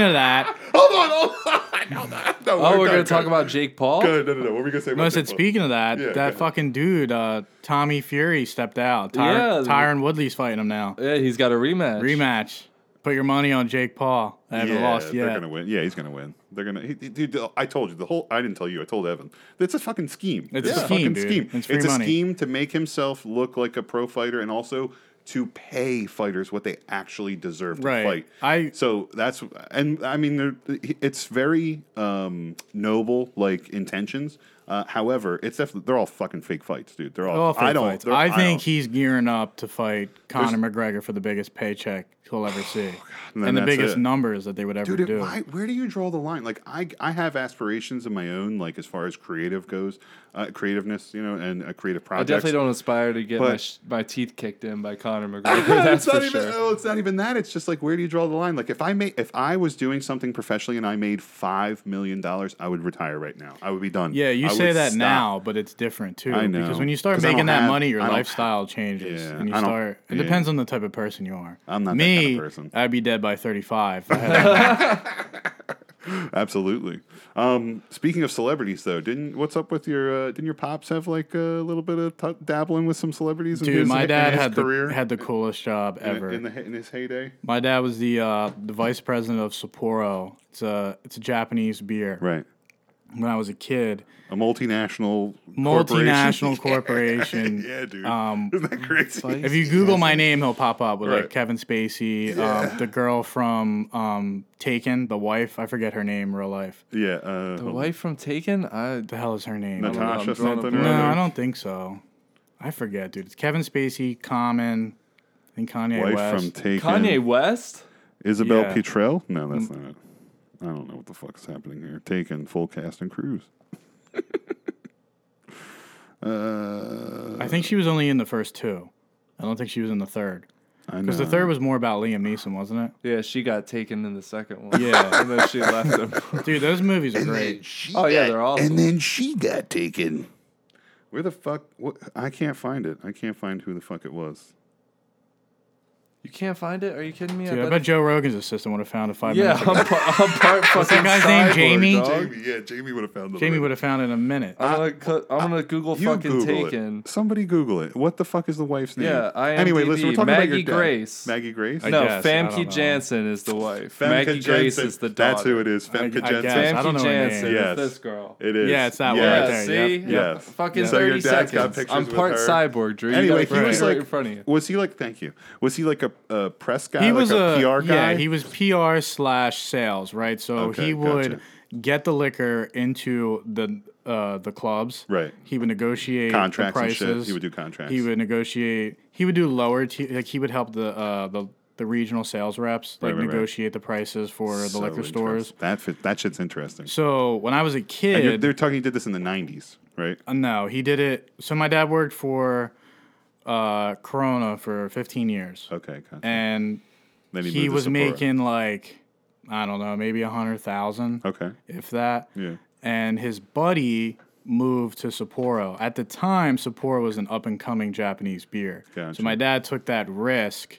of that, Hold on, hold on. Hold on. No, oh, we're done, gonna talk done. about Jake Paul. No, no, no, no. What were we going to say about no, I said, Jake Paul? speaking of that, Yeah, go that ahead. fucking dude, uh, Tommy Fury stepped out. Ty- Yeah. Tyron Woodley's fighting him now. Yeah, he's got a rematch. Rematch. Put your money on Jake Paul. I haven't yeah, lost They're yet. going to win. Yeah, he's going to win. They're going to. Dude, I told you the whole. I didn't tell you. I told Evan. It's a fucking scheme. It's a scheme, fucking dude. scheme. It's It's, free a money. scheme to make himself look like a pro fighter and also to pay fighters what they actually deserve to Right. fight. I- so that's and I mean there- it's very um, noble like intentions. Uh, however, it's definitely they're all fucking fake fights, dude. They're all. They're all fake I don't. fights. they're- I don't- think he's gearing up to fight Conor McGregor for the biggest paycheck he'll ever see, Oh, And and, then the that's biggest it. numbers that they would ever Dude, do. why, where do you draw the line? Like, I, I have aspirations of my own, like as far as creative goes, uh, creativeness, you know, and a creative I project. definitely don't aspire to get my, But- sh- my teeth kicked in by Conor McGregor. That's it's for not sure. even. Oh, it's not even that. It's just like where do you draw the line? Like if I made, if I was doing something professionally and I made five million dollars, I would retire right now. I would be done. yeah, you I say would that stop. now, but it's different too. I know. Because when you start 'Cause I don't making that have- money, your I don't lifestyle changes, Yeah, and you I don't- start. It yeah. depends on the type of person you are. I'm not that Me, kind of person. I'd be dead by 35. if I had that money. Absolutely. Um, speaking of celebrities, though, didn't what's up with your? Uh, didn't your pops have like a little bit of t- dabbling with some celebrities? in Dude, his- my in dad his had career the, had the coolest job ever. in, the, in his heyday. my dad was the uh, the vice president of Sapporo. It's a it's a Japanese beer. Right. When I was a kid, A multinational multinational corporation. corporation. Um, yeah, dude. Isn't that crazy? If you Google my name, he'll pop up with Right. like Kevin Spacey, um, the girl from um, Taken, the wife. I forget her name in real life. yeah. Uh, The wife from Taken? I The hell is her name? know, I'm Natasha drawing a something. blank. or No, other. I don't think so. I forget, dude. It's Kevin Spacey, Common, and Kanye Wife West. from Taken. Kanye West? Isabel Yeah. Mm. Petrell? No, that's not it. I don't know what the fuck is happening here. Taken full cast and crews. uh, I think she was only in the first two. I don't think she was in the third. I know. Because the third was more about Liam Neeson, wasn't Yeah, she got taken in the second one. Yeah. and then she left him. it? Dude, those movies are great. she Oh, yeah, got- they're awesome. and then she got taken. Where the fuck? What, I can't find it. I can't find who the fuck it was. You can't find it? Are you kidding me? Dude, I bet bet Joe Rogan's assistant would have found it five yeah, minutes I'm, ago. par- I'm part fucking that guy's name, cyborg, Jamie? dog. Jamie, yeah, Jamie would have found the. Jamie would have found it in a minute. Uh, I'm gonna, cl- I'm gonna Google You fucking Google Taken. It. Somebody Google it. What the fuck is the wife's name? Yeah, IMDb. Anyway, listen, we're talking about Maggie your dad. Grace. Maggie Grace. I no, guess, I don't Famke know. Jansen is the wife. Femke Maggie Grace Jensen. is the daughter. That's who it is. Femke I Jensen. guess. I Famke don't know her Jansen name. is Yes. this girl. It is. Yeah, it's that one Yeah, right there. see? Yep, yep. Yes. Fucking Yeah. So 30 your dad got seconds. pictures I'm with part her. cyborg, Drew. You Anyway, gotta he put was it right like, in front of you. was he like, thank you, was he like a, a press guy, he like was a, PR guy? Yeah, he was PR slash sales, right? So Okay, he would gotcha. get the liquor into the uh, the clubs. Right. He would negotiate Contracts the and shit. prices. He would do contracts. He would negotiate. He would do lower. T- like he would help the uh, the the regional sales reps like Right, right, right. negotiate the prices for the So liquor stores. interest- That fit, that shit's interesting. So when I was a And kid, you're, they're talking. He did this in the '90s, right? Uh, no, he did it. So my dad worked for uh, Corona for 15 years, Okay, gotcha. and then he, moved to was Sapporo. making like I don't know, maybe a hundred thousand, Okay, if that. yeah, And his buddy moved to Sapporo. At the time, Sapporo was an up and coming Japanese beer. Gotcha. So my dad took that risk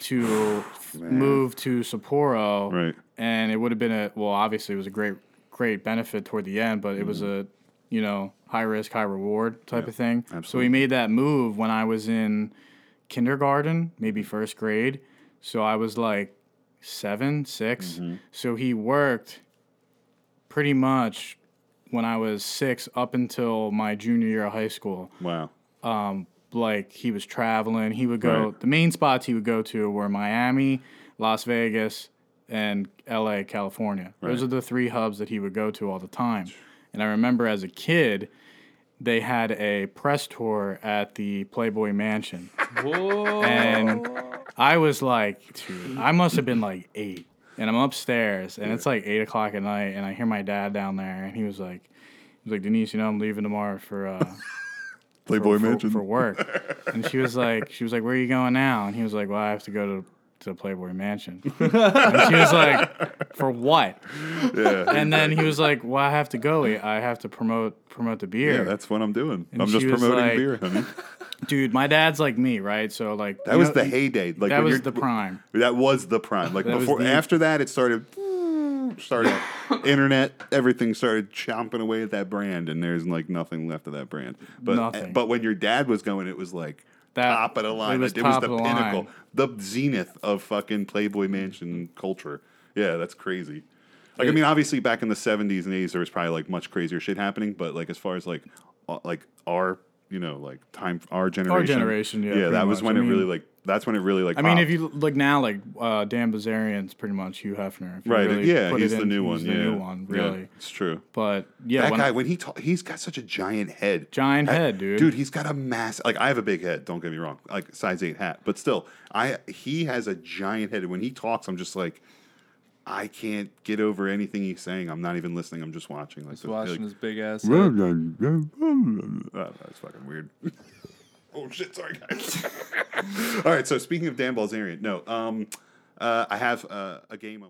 to move to Sapporo, Right. And it would have been a well, obviously, it was a great great benefit toward the end, but it was a you know high risk, high reward type of thing. So absolutely. we made that move when I was in kindergarten, maybe first grade. So I was like seven, six. So he worked pretty much when I was six up until my junior year of high school Wow. like he was traveling. He would go Right. the main spots he would go to were Miami, Las Vegas, and LA, California. Those Right. are the three hubs that he would go to all the time. And I remember as a kid, they had a press tour at the Playboy Mansion. Whoa. And I was like, dude, I must have been like eight. And I'm upstairs and it's like eight o'clock at night and I hear my dad down there and he was like he was like, Denise, you know I'm leaving tomorrow for uh Playboy for- Mansion. for work. And she was like, she was like, where are you going now? And he was like, well, I have to go to to the Playboy Mansion. and she was like, for what? yeah. And then he was like, well, I have to go. I have to promote promote the beer. Yeah, that's what I'm doing. I'm she just was promoting like- beer, honey. Dude, my dad's like me, right? So like That was the heyday. Like that when was you're- the prime. That was the prime. Like was before, the- after that, it started. Started internet, everything started chomping away at that brand, and there's like nothing left of that brand. But Nothing. but when your dad was going, it was like That- top of the line. it was Like, It was, top the of the line. pinnacle, the zenith of fucking Playboy Mansion culture. Yeah, that's crazy. Like I mean, obviously back in the '70s and '80s, there was probably like much crazier shit happening. But like as far as like uh, like our you know like time our generation generation, yeah, yeah pretty that was much. when I it mean- really like that's when it really like I mean, popped. if you look now, like uh, Dan Bazarian's pretty much Hugh Hefner. If you Right. really yeah, put he's it the in, new he's one. the yeah. new one, Yeah, really. it's true. But yeah, that when guy, when he talk, he's got such a giant head. Giant That- head, dude. Dude, he's got a mass. Like I have a big head. Don't get me wrong. Like size eight hat, but still, I he has a giant head. And when he talks, I'm just like, I can't get over anything he's saying. I'm not even listening. I'm just watching. Like Just watching his big ass. Oh, head. that's fucking weird. oh shit! Sorry, guys. All right. So speaking of Dan Balzerian, no, um, uh, I have uh, a game.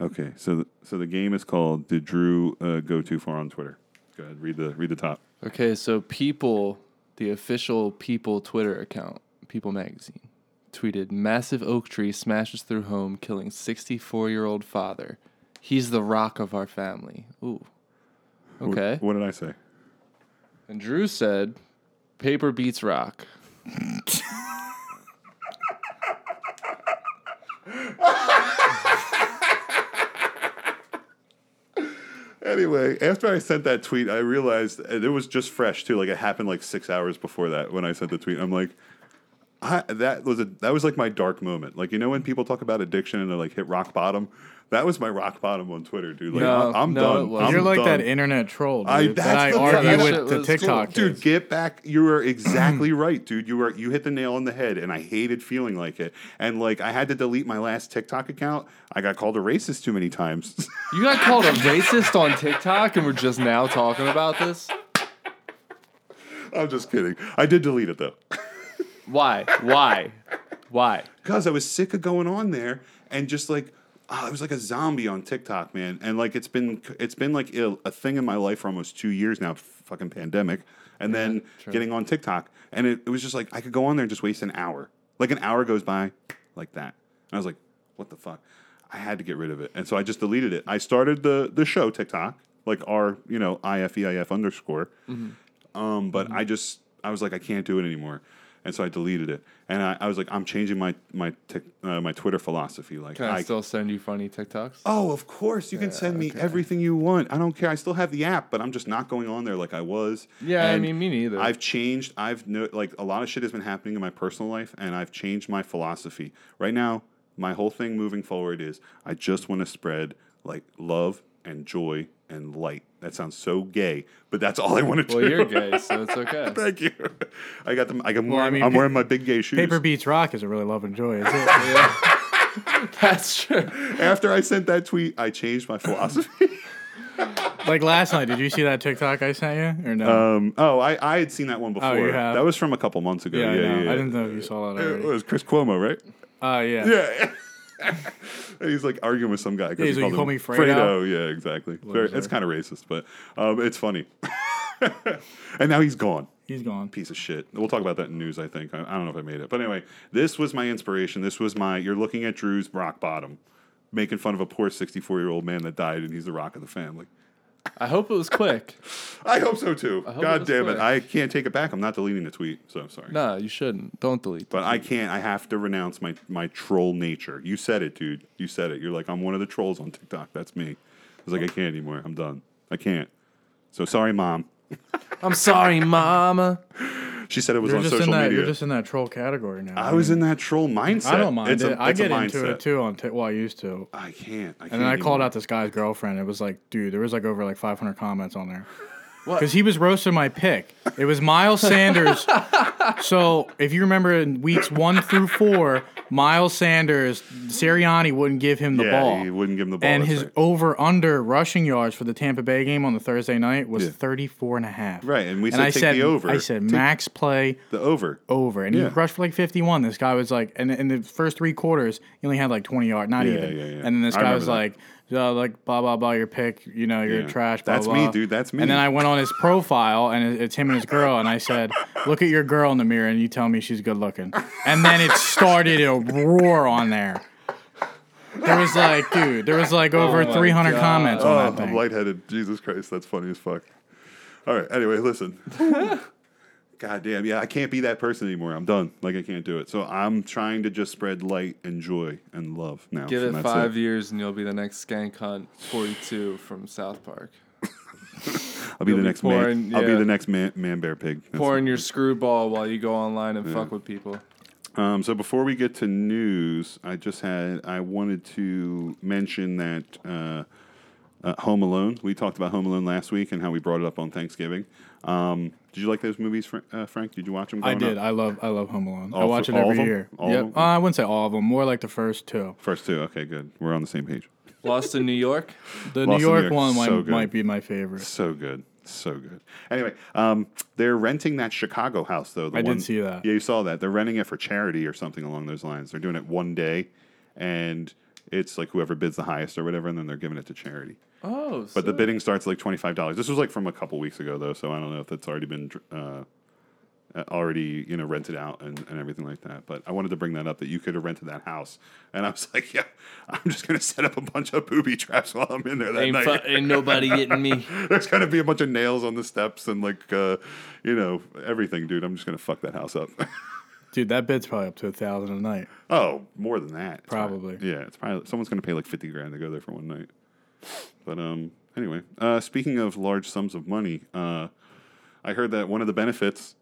Okay, so the, so the game is called "Did Drew uh, Go Too Far on Twitter?" Go ahead, read the read the top. Okay, so People, the official People Twitter account, People Magazine, tweeted Massive oak tree smashes through home, killing 64 year old father. He's the rock of our family. Ooh. Okay. What did I say? And Drew said, Paper beats rock. Anyway, after I sent that tweet, I realized and it was just fresh too. Like it happened like six hours before that when I sent the tweet. I'm like, I, that was a that was like my dark moment. Like you know when people talk about addiction and they like hit rock bottom, that was my rock bottom on Twitter, dude. Like No, I- I'm no, it done. wasn't. I'm you're like done. that internet troll dude, I- that I that's the- that argue shit with the was TikTok. cool. kids. Dude, get back. You were exactly right, dude. You were you hit the nail on the head, and I hated feeling like it. And like I had to delete my last TikTok account. I got called a racist too many times. You got called a racist on TikTok, and we're just now talking about this? I'm just kidding. I did delete it though, Why? Why? Why? because I was sick of going on there and just like. ah, I was like a zombie on TikTok, man, and like it's been it's been like ill, a thing in my life for almost two years now, fucking pandemic, and then getting on TikTok, and it, it was just like I could go on there and just waste an hour, like an hour goes by, like that, and I was like, what the fuck, I had to get rid of it, and so I just deleted it. I started the the show TikTok, like our you know ifeif underscore, um, but Mm-hmm. I just I was like I can't do it anymore, and so I deleted it. And I, I was like I'm changing my my tic, uh, my Twitter philosophy. Like Can I still send you funny TikToks? oh of course you can send me everything you want. I don't care. I still have the app, but I'm just not going on there like I was. Yeah, I And mean, me neither. I've changed. I've no, like a lot of shit has been happening in my personal life, and I've changed my philosophy. Right now, my whole thing moving forward is I just want to spread like love and joy and light. That sounds so gay, but that's all I want to do. well, you're gay, so it's okay. Thank you. I got them. I got I more. I mean, am wearing my big gay shoes. Paper beats rock is a really love and joy. Is it? That's true. After I sent that tweet, I changed my philosophy. like last night, did you see that TikTok I sent you or no? um, oh, I, I had seen that one before. Oh, you have? That was from a couple months ago. Yeah, yeah, I yeah, know. yeah. I didn't know if you saw that It already. was Chris Cuomo, right? Uh, yeah. Yeah. And he's like arguing with some guy. 'cause Yeah, he's he like, called "You him call me Fredo?" Fredo. Yeah, exactly. Very, it's kind of racist, but um, it's funny. and now he's gone. He's gone. piece of shit. We'll talk about that in news, I think. I, I don't know if I made it. But anyway, this was my inspiration. This was my, you're looking at Drew's rock bottom. making fun of a poor 64 year old man that died and he's the rock of the family. I hope it was quick. I hope so too. hope it God was damn it. quick. I can't take it back. I'm not deleting the tweet, so I'm sorry. nah, you shouldn't. Don't delete. But I can't. I have to renounce my, my troll nature. You said it, dude. You said it. You're like, I'm one of the trolls on TikTok. That's me. I was like, I can't anymore. I'm done. I can't. So sorry, mom. I'm sorry, mama. She said it was You're on just in social that. media. You're just in that troll category now. I was in that troll mindset. I don't mind It's a- it. I it's a get into mindset. it too on. T- well, I used to. I can't. I can't And then I anymore. called out this guy's girlfriend. It was like, dude, there was like over like 500 comments on there. What? Because he was roasting my pick. It was Miles Sanders. so if you remember in weeks one through four, Miles Sanders, Sirianni wouldn't give him the yeah, ball. He wouldn't give him the ball. and that's his right. over under rushing yards for the Tampa Bay game on the Thursday night was Yeah. 34 and a half. Right, and we said I take said, the over. I said Take- max play the over. over, and Yeah. he rushed for like 51. This guy was like, and in the first three quarters, he only had like 20 yards, not Yeah, even. yeah, yeah. And then this I guy remember was that. like, uh, like blah blah blah, your pick, you know, you're Yeah. trash. Blah, That's blah, me, blah. dude, that's me. And then I went on his profile, and it- it's him and his girl, and I said, look at your girl in the mirror, and you tell me she's good looking. And then it started a roar on there. There was like, dude, there was like over my 300 God. comments on Oh, that I'm thing. lightheaded. Jesus Christ, that's funny as fuck. All right. Anyway, listen. God damn. Yeah, I can't be that person anymore. I'm done. Like I can't do it. So I'm trying to just spread light and joy and love now. Give so it that's five years and you'll be the next skank hunt 42 from South Park. I'll be the You'll be next man. pouring- I'll be yeah. the next man, man bear pig. That's it. Pouring your screwball while you go online and fuck with people. Um, so before we get to news, I just had I wanted to mention that uh, uh, Home Alone. We talked about Home Alone last week and how we brought it up on Thanksgiving. Um, did you like those movies, Fra- uh, Frank? Did you watch them? I growing did. up? I love. I love Home Alone. I All watch for- it all of every them? year. All of yep. them? Uh, I wouldn't say all of them. More like the first two. First two. Okay, good. We're on the same page. Lost in New York? The Lost in New York New York, one so might, good. might be my favorite. So good. So good. Anyway, um, they're renting that Chicago house though. The I did one- see that. Yeah, you saw that. They're renting it for charity or something along those lines. They're doing it one day, and it's like whoever bids the highest or whatever, and then they're giving it to charity. Oh, But the sick. bidding starts at like twenty five dollars. This was like from a couple weeks ago though, so I don't know if it's already been uh, uh, already you know rented out and, and everything like that. But I wanted to bring that up that you could have rented that house, and I was like, yeah, I'm just gonna set up a bunch of booby traps while I'm in there that ain't, night. fu- ain't nobody getting me. There's gonna be a bunch of nails on the steps and like uh, you know everything, dude. I'm just gonna fuck that house up. Dude, that bid's probably up to a thousand a night. oh, more than that, It's Probably. yeah, it's probably someone's gonna pay like fifty grand to go there for one night. But um, anyway, uh, speaking of large sums of money, uh, I heard that one of the benefits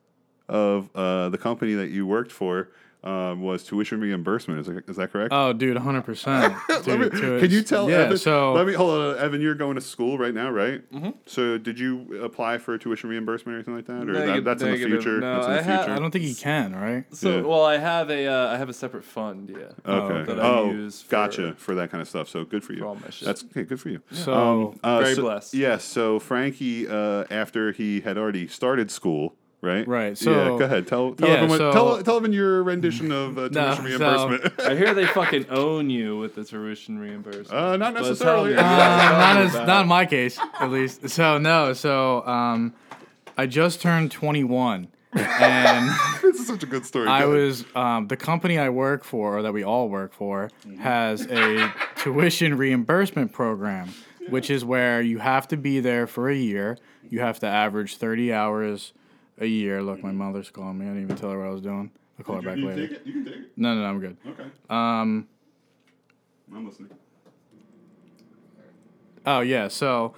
of uh, the company that you worked for um, was tuition reimbursement. Is, that- is that correct? Oh, dude, hundred percent. Can you tell Yeah. Evan? so let me hold on, Evan. You're going to school right now, right? Mm-hmm. So, did you apply for tuition reimbursement or anything like that, or Neg- that, that's in the negative. future? No, that's in the I ha- future. I don't think you can, right? So, Yeah. well, I have a, uh, I have a separate fund, yeah. Okay. Um, That I oh, use for- gotcha. For that kind of stuff. So good for you. all my shit. That's okay, good for you. So Uh, Very so- blessed. Yeah. So Frankie, uh, after he had already started school, right? Right, yeah. so- Go ahead. Tell tell Yeah, everyone. so- tell tell them your rendition of uh, No, tuition so- reimbursement. I hear they fucking own you with the tuition reimbursement. uh, not But tell necessarily. me- Uh, not as about not in my case, at least. So no. So um, I just turned twenty one, and. this is such a good story. I Go ahead. was um, the company I work for, or that we all work for, Mm-hmm. has a tuition reimbursement program, which is where you have to be there for a year. You have to average thirty hours a year. Look, my mother's calling me. I didn't even tell her what I was doing. I'll call her back Mm-hmm. You can later. take it. You can take it. No, no, no, I'm good. Okay. Um, I'm listening. oh yeah, so,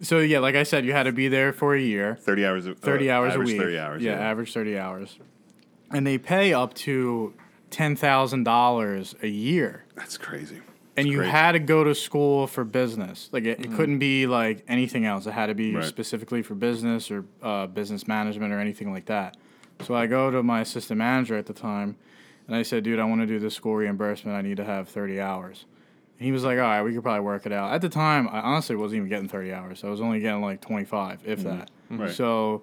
so yeah, like I said, you had to be there for a year. Thirty hours. a- 30 uh, hours a average week. Thirty hours. Yeah, average 30 hours. And they pay up to $10,000 a year. That's crazy. And you crazy. had to go to school for business. Like it, it couldn't be like anything else. It had to be Mm-hmm. Right. specifically for business or uh, business management or anything like that. So I go to my assistant manager at the time and I said, dude, I want to do this school reimbursement. I need to have 30 hours. And he was like, all right, we could probably work it out. At the time, I honestly wasn't even getting 30 hours. I was only getting like 25, if that. Mm-hmm. Right. So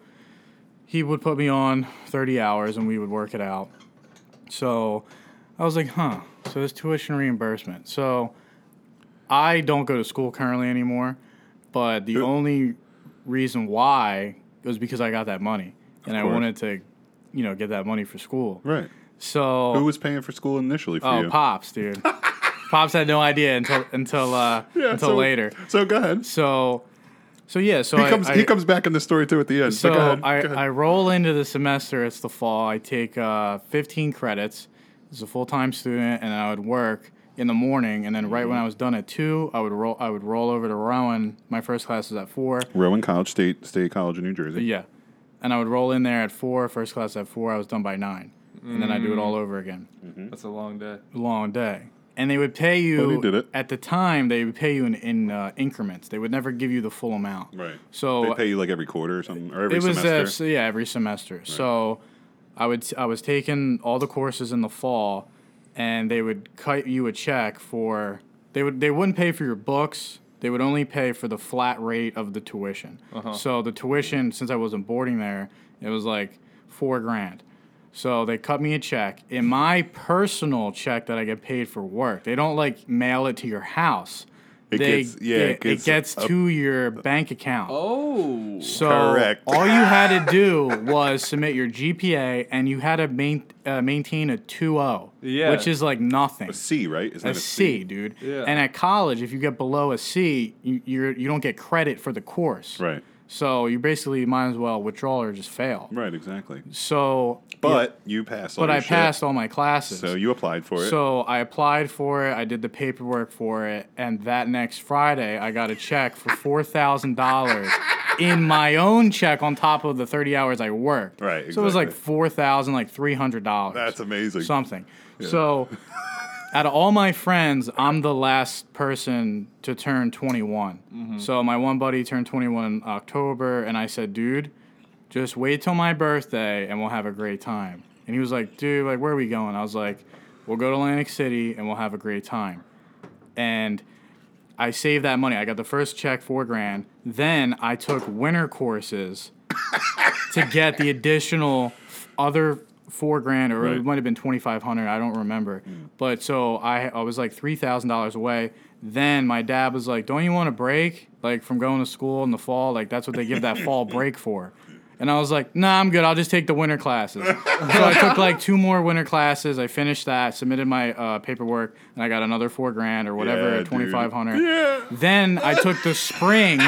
he would put me on 30 hours and we would work it out. So I was like, huh, so this tuition reimbursement. So I don't go to school currently anymore, but the only reason why was because I got that money and I course. wanted to, you know, get that money for school. Right. So Who was paying for school initially for Oh, you? pops, dude. Pops had no idea until until uh, Yeah, until so- later. So go ahead. So, so yeah. So He I, comes. I, he comes back in the story too at the end. So but go ahead. I, go ahead. I roll into the semester. It's the fall. I take uh, 15 credits as a full time student, and I would work in the morning. And then right when I was done at two, I would roll. I would roll over to Rowan. My first class was at four. Rowan College, State State College in New Jersey. Yeah, and I would roll in there at four. First class at four. I was done by nine, and then I do it all over again. That's a long day. Long day. And they would pay But he you did it. at the time. They would pay you in, in uh, increments. They would never give you the full amount. Right. So they pay you like every quarter or something, or every it was semester. Uh, so yeah every semester so i would i was taking all the courses in the fall and they would cut you a check for they would they wouldn't pay for your books they would only pay for the flat rate of the tuition Uh-huh. so the tuition since i wasn't boarding there it was like four grand so they cut me a check in my personal check that i get paid for work they don't like mail it to your house It they, gets- yeah, it, it it gets gets, to your bank account. Oh. So Correct. all you had to do was submit your GPA, and you had to main, uh, maintain a 2.0, Yeah. which is like nothing. C, right? Isn't A that C, dude. Yeah. And at college, if you get below a C, you you're, you don't get credit for the course. Right. So you basically might as well withdraw or just fail. Right. Exactly. So, But you passed. all but your I shit, passed all my classes. so you applied for it. So I applied for it. I did the paperwork for it, and that next Friday, I got a check for four thousand dollars in my own check on top of the thirty hours I worked. Right, So it was like exactly. four thousand, like three hundred dollars. That's amazing. Something. So. Out of all my friends, I'm the last person to turn 21. Mm-hmm. So my one buddy turned 21 in October, and I said, "Dude, just wait till my birthday and we'll have a great time. And he was like, dude, like, where are we going? I was like, we'll go to Atlantic City and we'll have a great time. And I saved that money. I got the first check, four grand. Then I took winter courses to get the additional other four grand, or Right. it might have been 2,500. I don't remember. But so I, I was like $3,000 away. Then my dad was like, don't you want a break? Like from going to school in the fall? Like that's what they give that fall break for. And I was like, nah, I'm good. I'll just take the winter classes. so I took like two more winter classes. I finished that, submitted my uh, paperwork, and I got another four grand or Yeah, whatever, dude. 2,500. yeah. Then I took the spring.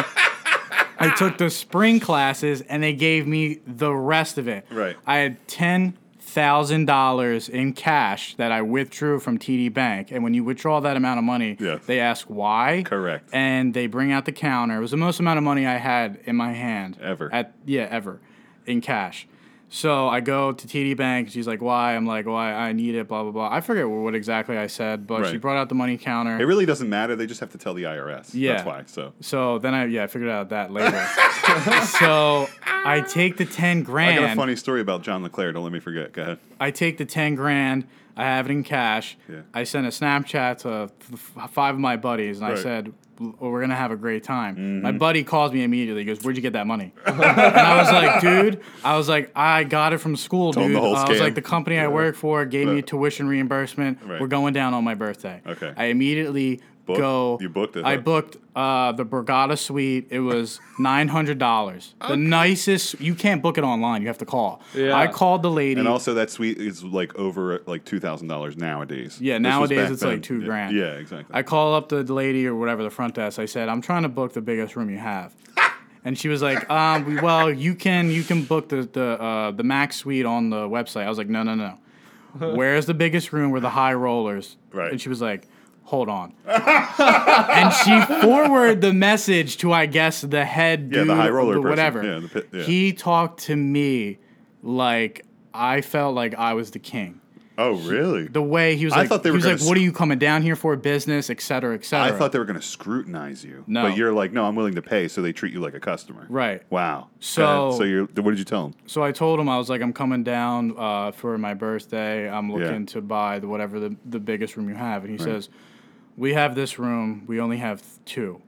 I took the spring classes, and they gave me the rest of it. Right. I had ten thousand dollars in cash that I withdrew from TD Bank, and when you withdraw that amount of money, Yes. they ask why. Correct. And they bring out the counter. It was the most amount of money I had in my hand Ever. At yeah, ever, in cash. So I go to TD Bank. She's like, "Why?" I'm like, "Why? I need it." Blah blah blah. I forget what exactly I said, but she Right. brought out the money counter. It really doesn't matter. They just have to tell the IRS. Yeah. That's why. So So then I yeah, I figured out that later. so I take the ten I grand. got a funny story about John LeClaire. Don't let me forget. Go ahead. I take the 10 grand. I have it in cash. Yeah. I sent a Snapchat to f- five of my buddies, and Right. Mm-hmm. I said, "Well, "We're gonna have a great time." My buddy calls me immediately. He goes, "Where'd you get that money?" and I was like, "Dude, I was like, I got it from school, him dude. the whole I was scam. like, the company I work for gave me Right. tuition reimbursement. Right. We're going down on my birthday." Okay. I immediately Booked- go. you booked it, I huh? booked uh, the Borgata suite. It was nine hundred dollars. The nicest. You can't book it online. You have to call. Yeah. I called the lady. And also, that suite is like over like two thousand dollars nowadays. Yeah, This was nowadays back it's then. like two Yeah. grand. Yeah, exactly. I call up the lady or whatever the front desk. I said, "I'm trying to book the biggest room you have," and she was like, um, "Well, you can you can book the the uh, the max suite on the website." I was like, "No, no, no. Where's the biggest room where the high rollers?" Right. And she was like, "Hold on," and she forwarded the message to I guess the head Yeah, the dude, high roller the person. whatever. Yeah, the pit- yeah. He talked to me like I felt like I was the king oh, really? the way he was I like, thought they he were was like, gonna what are you coming down here for? Business, et cetera, et I cetera. thought they were going to scrutinize you. No. But you're like, no, I'm willing to pay, so they treat you like a customer. Right. Wow. So- Go ahead. so you're. What did you tell them? so I told him I was like, I'm coming down uh, for my birthday. I'm looking Yeah. to buy the whatever the, the biggest room you have. And he says, we have this room. We only have two.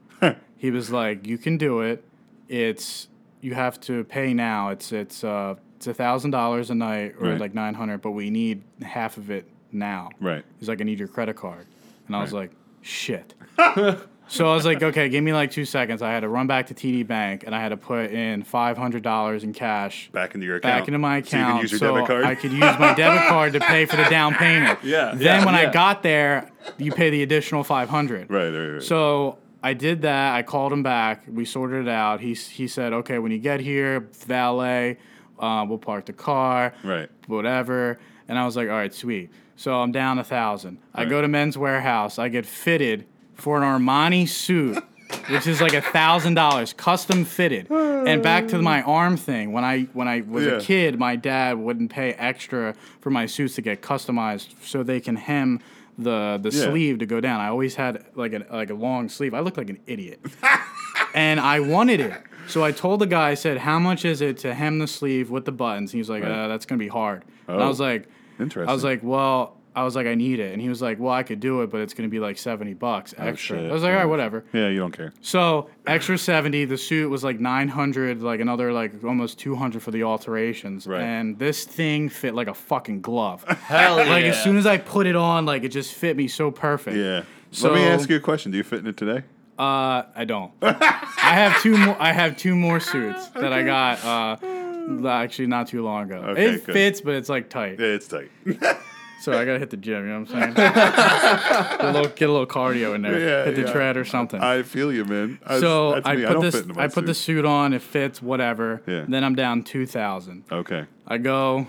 he was like, you can do it. It's you have to pay now. It's it's uh it's a thousand dollars a night or Right. like nine hundred, but we need half of it now. Right. He's like, I need your credit card. And I was Right. like, shit. So I was like, okay, give me like two seconds. I had to run back to TD Bank and I had to put in five hundred dollars in cash Back into your account. back into my So you can account, use your so debit card. I could use my debit card to pay for the down payment. Yeah, Then yeah, when yeah. I got there, you pay the additional five hundred. right, right, right. So I did that. I called him back. We sorted it out. He he said, okay, when you get here, valet, uh, we'll park the car right. whatever. And I was like, all right, sweet. So I'm down a thousand. I Right. go to Men's Warehouse. I get fitted for an Armani suit, which is like a thousand dollars, custom fitted. And back to my arm thing. When I when I was Yeah. a kid, my dad wouldn't pay extra for my suits to get customized so they can hem the the Yeah. sleeve to go down. I always had like a like a long sleeve. I looked like an idiot and I wanted it. So I told the guy, I said, "How much is it to hem the sleeve with the buttons?" And he was like, uh, "That's gonna be hard." And Oh. I was like, Interesting. I was like, "Well," I was like, "I need it," and he was like, "Well, I could do it, but it's gonna be like seventy bucks extra." Oh, shit. I was like, "All right, whatever." yeah, you don't care. So extra seventy. The suit was like nine hundred, like another like almost two hundred for the alterations. Right. And this thing fit like a fucking glove. Hell yeah. like as soon as I put it on, like it just fit me so perfect. Yeah. So- Let me ask you a question. Do you fit in it today? Uh, I don't. I have two more. I have two more suits that I got. Uh, actually, not too long ago. Okay, it good. fits, but it's like tight. Yeah, it's tight. So I gotta hit the gym. You know what I'm saying? get, a little, get a little cardio in there. Yeah, hit the yeah. tread or something. I feel you, man. That's- so that's I me. put don't this. fit into my I put suit. the suit on. It fits. Whatever. Yeah. Then I'm down two thousand. Okay. I go.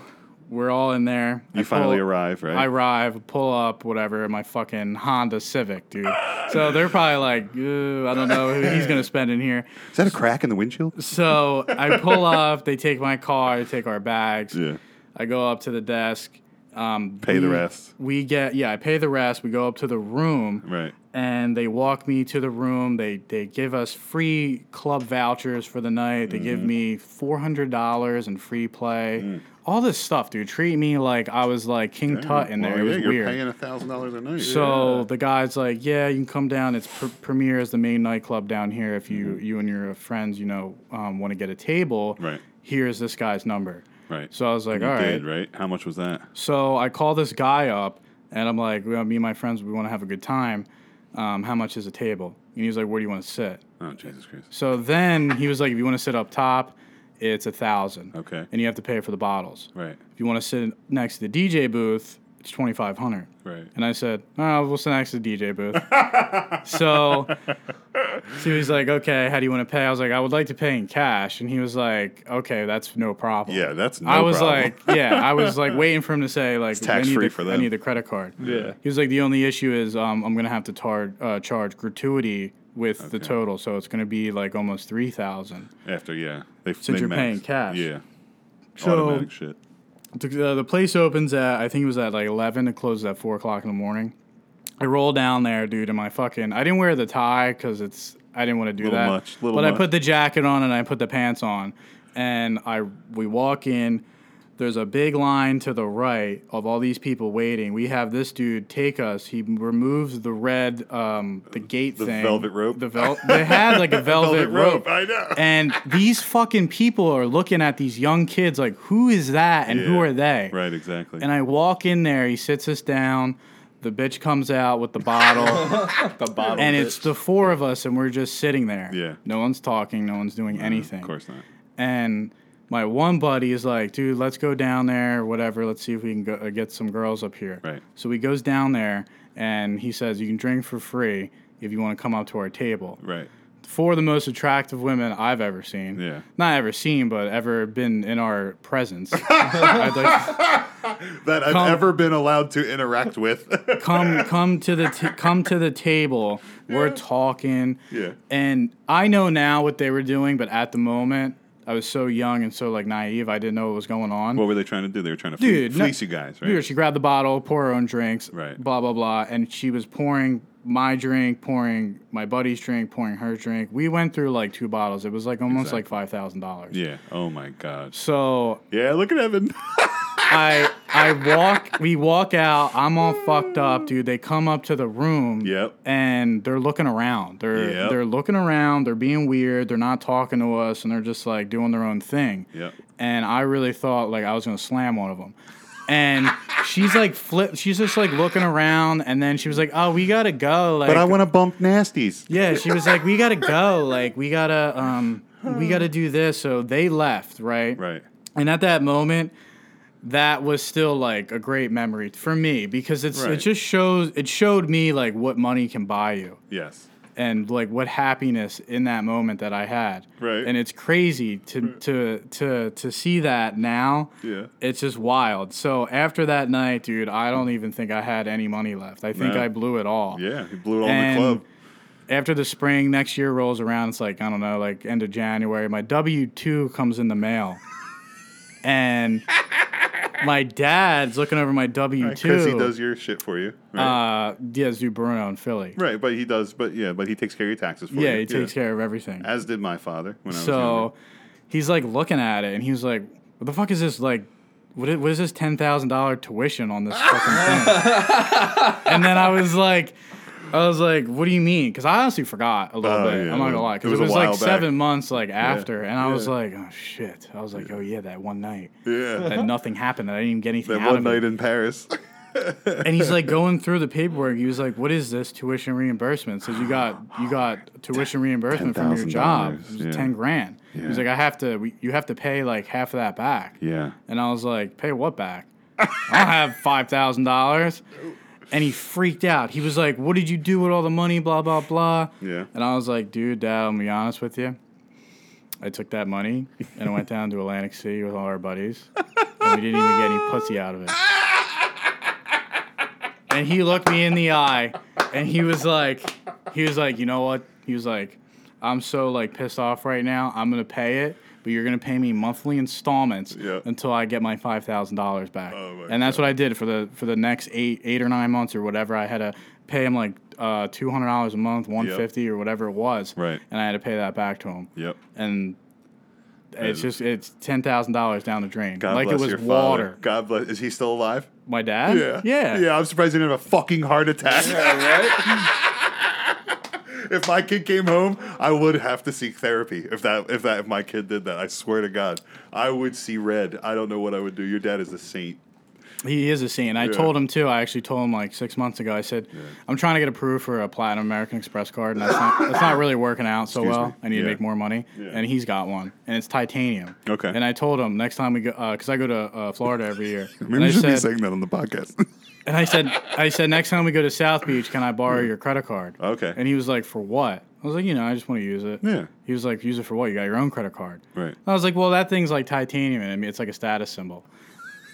We're all in there. You I finally pull- arrive, right? I arrive, pull up, whatever, in my fucking Honda Civic, dude. So they're probably like, "Ooh, I don't know who he's gonna spend in here. Is that a crack in the windshield? So I pull up. They take my car. They take our bags. Yeah. I go up to the desk. Um, Pay the we- rest. We get yeah. I pay the rest. We go up to the room. Right. And they walk me to the room. They they give us free club vouchers for the night. They Mm-hmm. give me four hundred dollars and free play. Mm. All this stuff, dude. Treat me like I was like King Tut in there. Well, it was yeah, you're weird. paying a thousand dollars a night. So the guy's like, "Yeah, you can come down. It's pr- Premier is the main nightclub down here. If you you and your friends, you know, um, want to get a table, Mm-hmm. Right. Here's this guy's number. Yeah. right. So I was like, you "All right." did, right? How much was that? So I call this guy up, and I'm like, well, "Me and my friends, we want to have a good time. Um, how much is a table?" And he's like, "Where do you want to sit?" Oh Jesus Christ. So then he was like, "If you want to sit up top, it's a thousand, Okay. and you have to pay for the bottles. Right. If you want to sit next to the DJ booth, it's twenty five hundred. Right. And I said, oh, we'll sit next to the DJ booth. so, so he was like, okay, how do you want to pay? I was like, I would like to pay in cash. And he was like, okay, that's no problem. Yeah, that's no I was problem. like, yeah, I was like waiting for him to say like I tax-free need the, for I them. need the credit card. Yeah. He was like, the only issue is um, I'm gonna have to tar- uh, charge gratuity with the Okay. total, so it's gonna be like almost three thousand. after yeah, they Since they you're max- paying cash. Yeah. So- Automatic shit. The, uh, the place opens at I think it was at like eleven. It closes at four o'clock in the morning. I roll down there, dude, and my fucking I didn't wear the tie because it's I didn't want to do Little that. much, little but I much. put the jacket on and I put the pants on, and I we walk in. There's a big line to the right of all these people waiting. We have this dude take us. He removes the red, um, the gate The thing, velvet rope? The vel- they had like a velvet, rope. I know. And these fucking people are looking at these young kids like, who is that and who Yeah. are they? Right, exactly. And I walk in there, he sits us down, the bitch comes out with the bottle, the bottle. and it's the four of us, and we're just sitting there. Yeah. Uh, No one's talking, no one's doing anything. Of course not. And my one buddy is like, dude, let's go down there, whatever. Let's see if we can go, uh, get some girls up here. Right. So he goes down there, and he says, you can drink for free if you want to come up to our table Right. four of the most attractive women I've ever seen. Yeah. Not ever seen, but ever been in our presence. I'd like That I've Come- ever been allowed to interact with. come come to the t- come to the table. We're talking. Yeah. And I know now what they were doing, but at the moment I was so young and so like naive, I didn't know what was going on. what were they trying to do? They were trying to fle- Dude, no- fleece you guys, right? Dude, she grabbed the bottle, pour her own drinks, Right. blah blah blah, and she was pouring my drink, pouring my buddy's drink, pouring her drink. We went through like two bottles. It was like almost like five thousand dollars. Yeah. Oh my god. So Yeah. Look at Evan. I I walk we walk out, I'm all fucked up, dude. They come up to the room Yep. and they're looking around. They're Yep. they're looking around, they're being weird, they're not talking to us and they're just like doing their own thing. Yep. And I really thought like I was gonna slam one of them. and she's like flip. She's just like looking around, and then she was like, "Oh, we gotta go." Like, But I want to bump nasties. yeah, she was like, "We gotta go. Like, we gotta um, we gotta do this." So they left, right? Right. And at that moment, that was still like a great memory for me because it's it Right. just shows it showed me like what money can buy you Yes. and like what happiness in that moment that I had. Right. And it's crazy to to to to see that now. Yeah. It's just wild. So after that night, dude, I don't even think I had any money left. I think No. I blew it all. Yeah. He blew it all And- in the club. After the spring, next year rolls around. It's like I don't know, like end of January. My W two comes in the mail, and my dad's looking over my W two. Because he does your shit for you. Right? Uh, Diaz do Bruno in Philly. right. But he does. But yeah. But he takes care of your taxes for you. Yeah, he takes care of everything. As did my father when I was So he's like looking at it and he was like, what the fuck is this? Like, what is, what is this $10,000 tuition on this fucking thing? and then I was like, I was like, what do you mean? Because I honestly forgot a little Oh, bit. yeah, I'm not it gonna was- lie. it Because was it a was like while back. seven months like after. And I was yeah. like, oh shit. I was like, oh yeah, that one night. younger. Yeah. That nothing happened. That I didn't even get anything That out one of night it. in Paris. And he's like going through the paperwork. He was like, "What is this tuition reimbursement?" Says you got you got tuition reimbursement from your job, $10,000, yeah. ten grand. He was Yeah. like, "I have to. We, you have to pay like half of that back." yeah. And I was like, "Pay what back? I don't have five thousand dollars." And he freaked out. He was like, "What did you do with all the money?" Blah blah blah. Yeah. And I was like, "Dude, Dad, I'm gonna be honest with you. I took that money and I went down to Atlantic City with all our buddies, and we didn't even get any pussy out of it." And he looked me in the eye, and he was like, "He was like, you know what?" He was like, "I'm so like pissed off right now. I'm gonna pay it." But you're gonna pay me monthly installments Yeah. until I get my five thousand dollars back, Oh my and that's what I did for the for the next eight eight or nine months or whatever. I had to pay him like uh, two hundred dollars a month, one fifty or whatever it was, Right. And I had to pay that back to him. Yep. And it's is- just it's ten thousand dollars down the drain, God like bless it your was water. father. God bless. Is he still alive? My dad, yeah, Yeah. I'm surprised he didn't have a fucking heart attack. right? if my kid came home, I would have to seek therapy. If that, if that, if my kid did that, I swear to God, I would see red. I don't know what I would do. Your dad is a saint. He is a saint. I Yeah. told him too. I actually told him like six months ago. I said, I'm trying to get approved for a platinum American Express card, and that's not, that's not really working out so Excuse well. me. I need Yeah. to make more money, Yeah. and he's got one, and it's titanium. Okay. And I told him next time we go, because I go to uh, Florida every year. and Maybe I you should be said, saying that on the podcast. and I said, I said next time we go to South Beach, can I borrow your credit card? Okay. And he was like, for what? I was like, you know, I just want to use it. Yeah. He was like, use it for what? You got your own credit card. right. I was like, well, that thing's like titanium. and I mean, it's like a status symbol.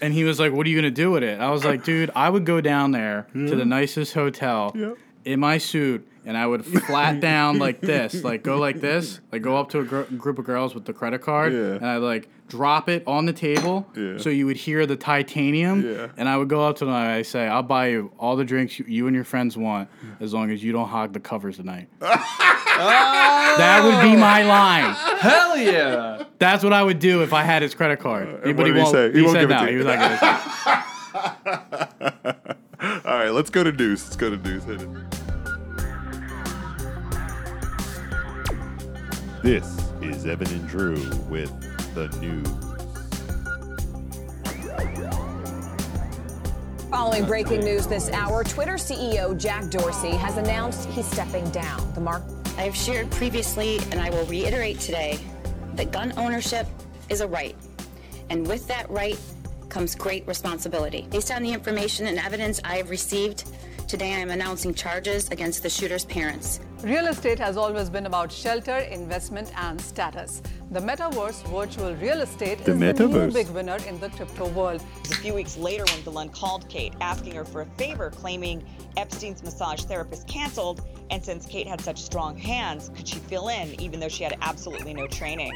And he was like, what are you going to do with it? I was like, dude, I would go down there to the nicest hotel Yeah. in my suit and I would flat down like this, like go like this, like go up to a gr- group of girls with the credit card Yeah. and I like drop it on the table Yeah. so you would hear the titanium. Yeah. And I would go up to them and I'd say, I'll buy you all the drinks you- you and your friends want as long as you don't hog the covers tonight. that would be my line. Hell yeah! That's what I would do if I had his credit card. Uh, what did he won't- say? He won't said give it no. to you. He was not gonna say. All right, let's go to Deuce. Let's go to Deuce. Hit it. This is Evan and Drew with the news. Following breaking news this hour, Twitter CEO Jack Dorsey has announced he's stepping down. The mark I have shared previously, and I will reiterate today, that gun ownership is a right. And with that right comes great responsibility. Based on the information and evidence I have received, today I am announcing charges against the shooter's parents. Real estate has always been about shelter, investment, and status. The metaverse, virtual real estate, The is the metaverse. new big winner in the crypto world. A few weeks later, when Glenn called Kate, asking her for a favor, claiming Epstein's massage therapist canceled, and since Kate had such strong hands, could she fill in, even though she had absolutely no training?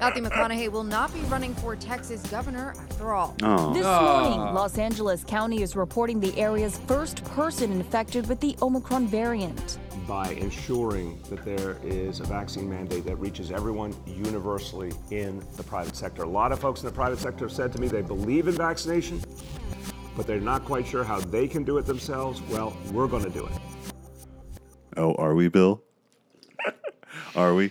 Matthew McConaughey will not be running for Texas governor after all. Ah. This morning, Los Angeles County is reporting the area's first person infected with the Omicron variant. by ensuring that there is a vaccine mandate that reaches everyone universally in the private sector. A lot of folks in the private sector have said to me they believe in vaccination, but they're not quite sure how they can do it themselves. Well, we're going to do it. Oh, are we, Bill? are we?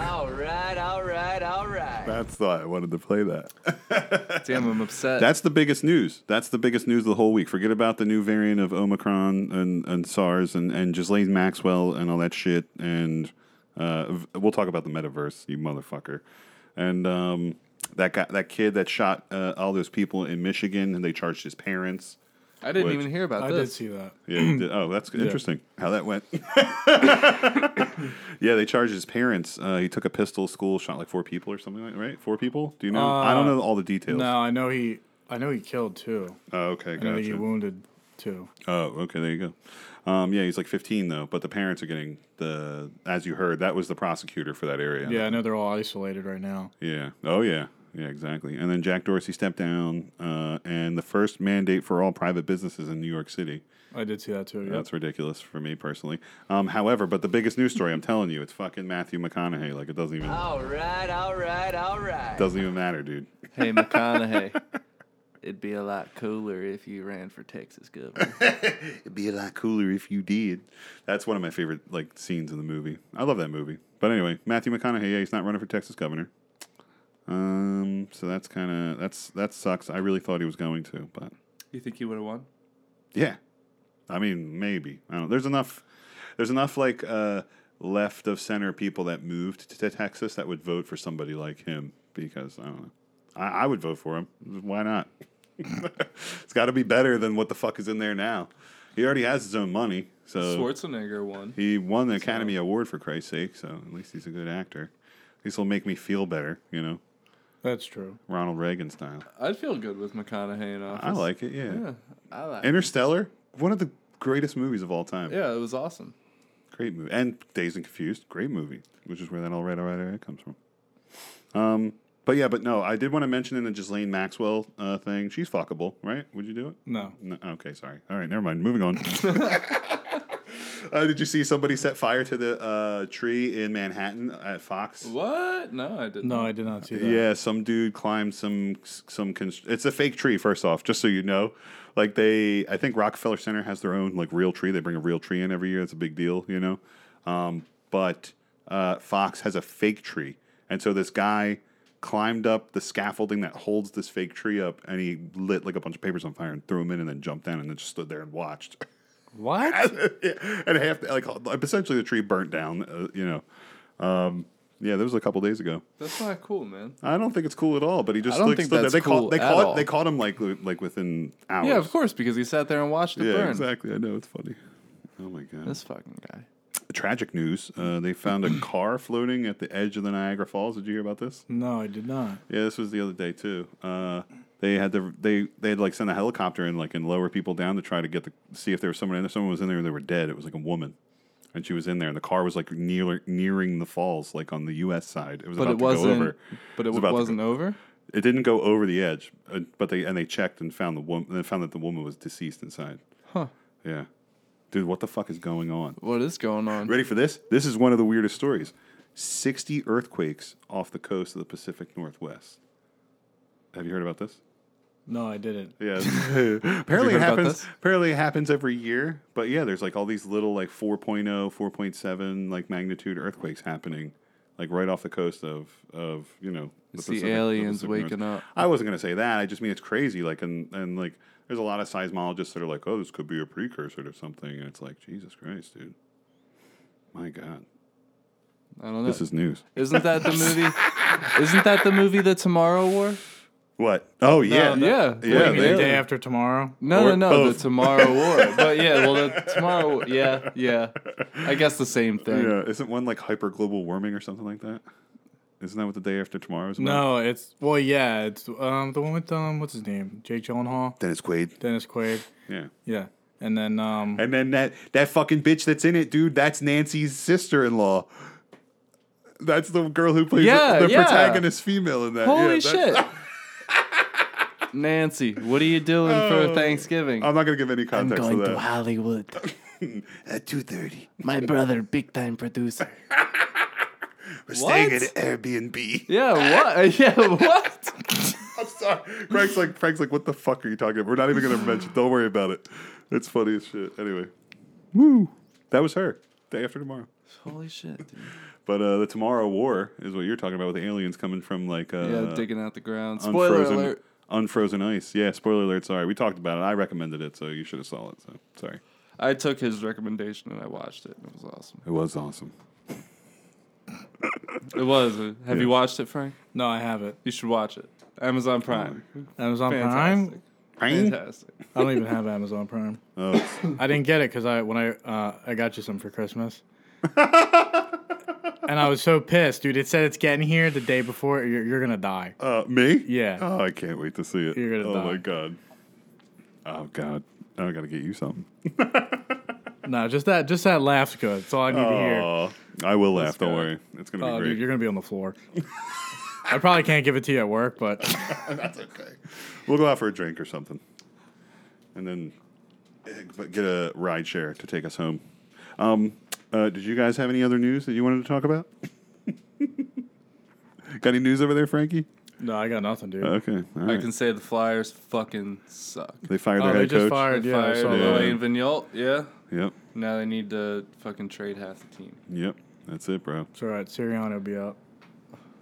All right, all right, all right. That's why I wanted to play that. Damn, I'm upset. That's the biggest news. That's the biggest news of the whole week. Forget about the new variant of Omicron and, and SARS and, and Ghislaine Maxwell and all that shit. And uh, v- we'll talk about the metaverse, you motherfucker. And um, that guy, that kid that shot uh, all those people in Michigan and they charged his parents. I didn't Which- even hear about I did this. see that. Yeah. he did- Oh, that's interesting how that went. yeah, they charged his parents. Uh, he took a pistol to school, shot like four people or something like right? Four people? Do you know? I don't know all the details. Uh, No, I know he. I know he killed two. Oh, okay, I know he gotcha. wounded two. Oh, okay, there you go. Um, yeah, he's like 15 though, but the parents are getting the. As you heard, that was the prosecutor for that area. Yeah, I know they're all isolated right now. Yeah. Oh yeah. Yeah, exactly. And then Jack Dorsey stepped down, uh, and the first mandate for all private businesses in New York City. I did see that too. Yeah. That's ridiculous for me personally. Um, however, but the biggest news story, I'm telling you, it's fucking Matthew McConaughey. Like it doesn't even All right, all right, all right. doesn't even matter, dude. Hey McConaughey, it'd be a lot cooler if you ran for Texas governor. It'd be a lot cooler if you did. That's one of my favorite like scenes in the movie. I love that movie. But anyway, Matthew McConaughey, yeah, he's not running for Texas governor. Um, so that's kind of that's that sucks. I really thought he was going to, but you think he would have won? yeah, I mean maybe I don't. There's enough. There's enough like uh, left of center people that moved to, to Texas that would vote for somebody like him because I don't know. I, I would vote for him. Why not? it's got to be better than what the fuck is in there now. He already has his own money, so Schwarzenegger won. he won the Academy Award for Christ's sake, so at least he's a good actor. At least he'll make me feel better, you know, That's true. Ronald Reagan style. I'd feel good with McConaughey in office. I like it, yeah. Yeah, I like. Interstellar, one of the greatest movies of all time. yeah, it was awesome. Great movie. And Days and Confused, great movie, which is where that All Right, All Right, All Right comes from. Um, but yeah, but no, I did want to mention in the Ghislaine Maxwell uh, thing, she's fuckable, right? Would you do it? No. No, okay, sorry. All right, never mind. Moving on. uh, did you see somebody set fire to the uh, tree in Manhattan at Fox? What? No, I didn't. No, I did not see that. Yeah, some dude climbed some some. Const- it's a fake tree, first off, just so you know. Like they, I think Rockefeller Center has their own like real tree. They bring a real tree in every year. It's a big deal, you know. Um, but uh, Fox has a fake tree, and so this guy climbed up the scaffolding that holds this fake tree up, and he lit like a bunch of papers on fire and threw them in, and then jumped down and then just stood there and watched. What? Yeah, and half like essentially the tree burnt down, uh, you know. Um, yeah, that was a couple days ago. That's not cool, man. I don't think it's cool at all. But he just I don't like, think stood there. that's they cool caught they at caught all. they caught him like li- like within hours. Yeah, of course, because he sat there and watched it Yeah, burn. exactly. I know it's funny. Oh my god! This fucking guy. Tragic news. Uh, they found a car floating at the edge of the Niagara Falls. Did you hear about Hmm. this? No, I did not. Yeah, this was the other day too. Uh, they had to they they had like send a helicopter in like and lower people down to try to get the see if there was someone in there. Someone was in there and they were dead. It was like a woman, and she was in there, and the car was like near, nearing the falls, like on the U.S. side. It was But about it to wasn't. go over. But it, was about to wasn't go- over. It didn't go over the edge, uh, but they and they checked and found the woman. They found that the woman was deceased inside. Huh. Yeah, dude, what the fuck is going on? What is going on? Ready for this? This is one of the weirdest stories. Sixty earthquakes off the coast of the Pacific Northwest. Have you heard about this? No, I didn't. Yeah. apparently it heard about happens. this? Apparently it happens every year. But yeah, there's like all these little like oh, 4.0, 4.7 like magnitude earthquakes happening like right off the coast of of you know It's the the aliens Pacific waking Northwest. up. I wasn't gonna say that. I just mean it's crazy. Like and and like there's a lot of seismologists that are like, oh, this could be a precursor to something, and it's like Jesus Christ, dude. My God, I don't know. this is news. Isn't that the movie? Isn't that the movie that Tomorrow War? What? Oh yeah, no. Yeah. What do yeah. you mean they- The day after tomorrow. No, Or no, no. both. The Tomorrow War. But yeah, well, the Tomorrow. Yeah, yeah. I guess the same thing. yeah. Isn't one like hyper global warming or something like that? Isn't that what the day after tomorrow is? About? No, it's well, yeah, it's um the one with um what's his name, Jake Gyllenhaal, Dennis Quaid. Dennis Quaid, Yeah. yeah, and then um And then that that fucking bitch that's in it, dude. That's Nancy's sister-in-law. That's the girl who plays Yeah, the, yeah. protagonist female in that. Holy Yeah, that- shit. Nancy, what are you doing Oh. for Thanksgiving? I'm not gonna give any context to that. Hollywood. At two thirty, My brother, big time producer. we're staying at Airbnb. Yeah, what? Yeah, what? I'm sorry. Frank's like, Frank's like, what the fuck are you talking about? We're not even gonna mention. Don't worry about it. It's funny as shit. Anyway, woo. That was her. Day after tomorrow. Holy shit, dude. But uh, the Tomorrow War is what you're talking about with the aliens coming from like uh, Yeah, digging out the ground. Spoiler unfrozen- alert. Unfrozen ice. Yeah, spoiler alert. Sorry, we talked about it. I recommended it, so you should have saw it. So sorry. I took his recommendation and I watched it. It was awesome. It was awesome. It was. Uh, Have Yeah. you watched it, Frank? No, I haven't. You should watch it. Amazon Prime. Amazon Fantastic. Prime? Fantastic. I don't even have Amazon Prime. Oh, I didn't get it because I when I uh, I got you some for Christmas. and I was so pissed, dude. It said it's getting here the day before. You're, you're gonna die. uh, me? Yeah. Oh, I can't wait to see it. You're gonna oh my die. god. Oh god. I gotta get you something. No, just that just that laugh's good. That's all I need to hear. Oh, I will laugh. Don't good. worry. It's gonna be Oh, great. dude, you're gonna be on the floor. I probably can't give it to you at work, but That's okay. We'll go out for a drink or something, and then eh, but get a ride share to take us home. Um, uh, did you guys have any other news that you wanted to talk about? Got any news over there, Frankie? no, I got nothing, dude. Okay, all I right. can say the Flyers fucking suck. they fired oh, their they head just coach. fired. Yeah, I Fired saw that. Elaine Vigneault, yeah. Yep, Now they need to fucking trade half the team. yep. That's it, bro. It's all right. Sirianni will be up.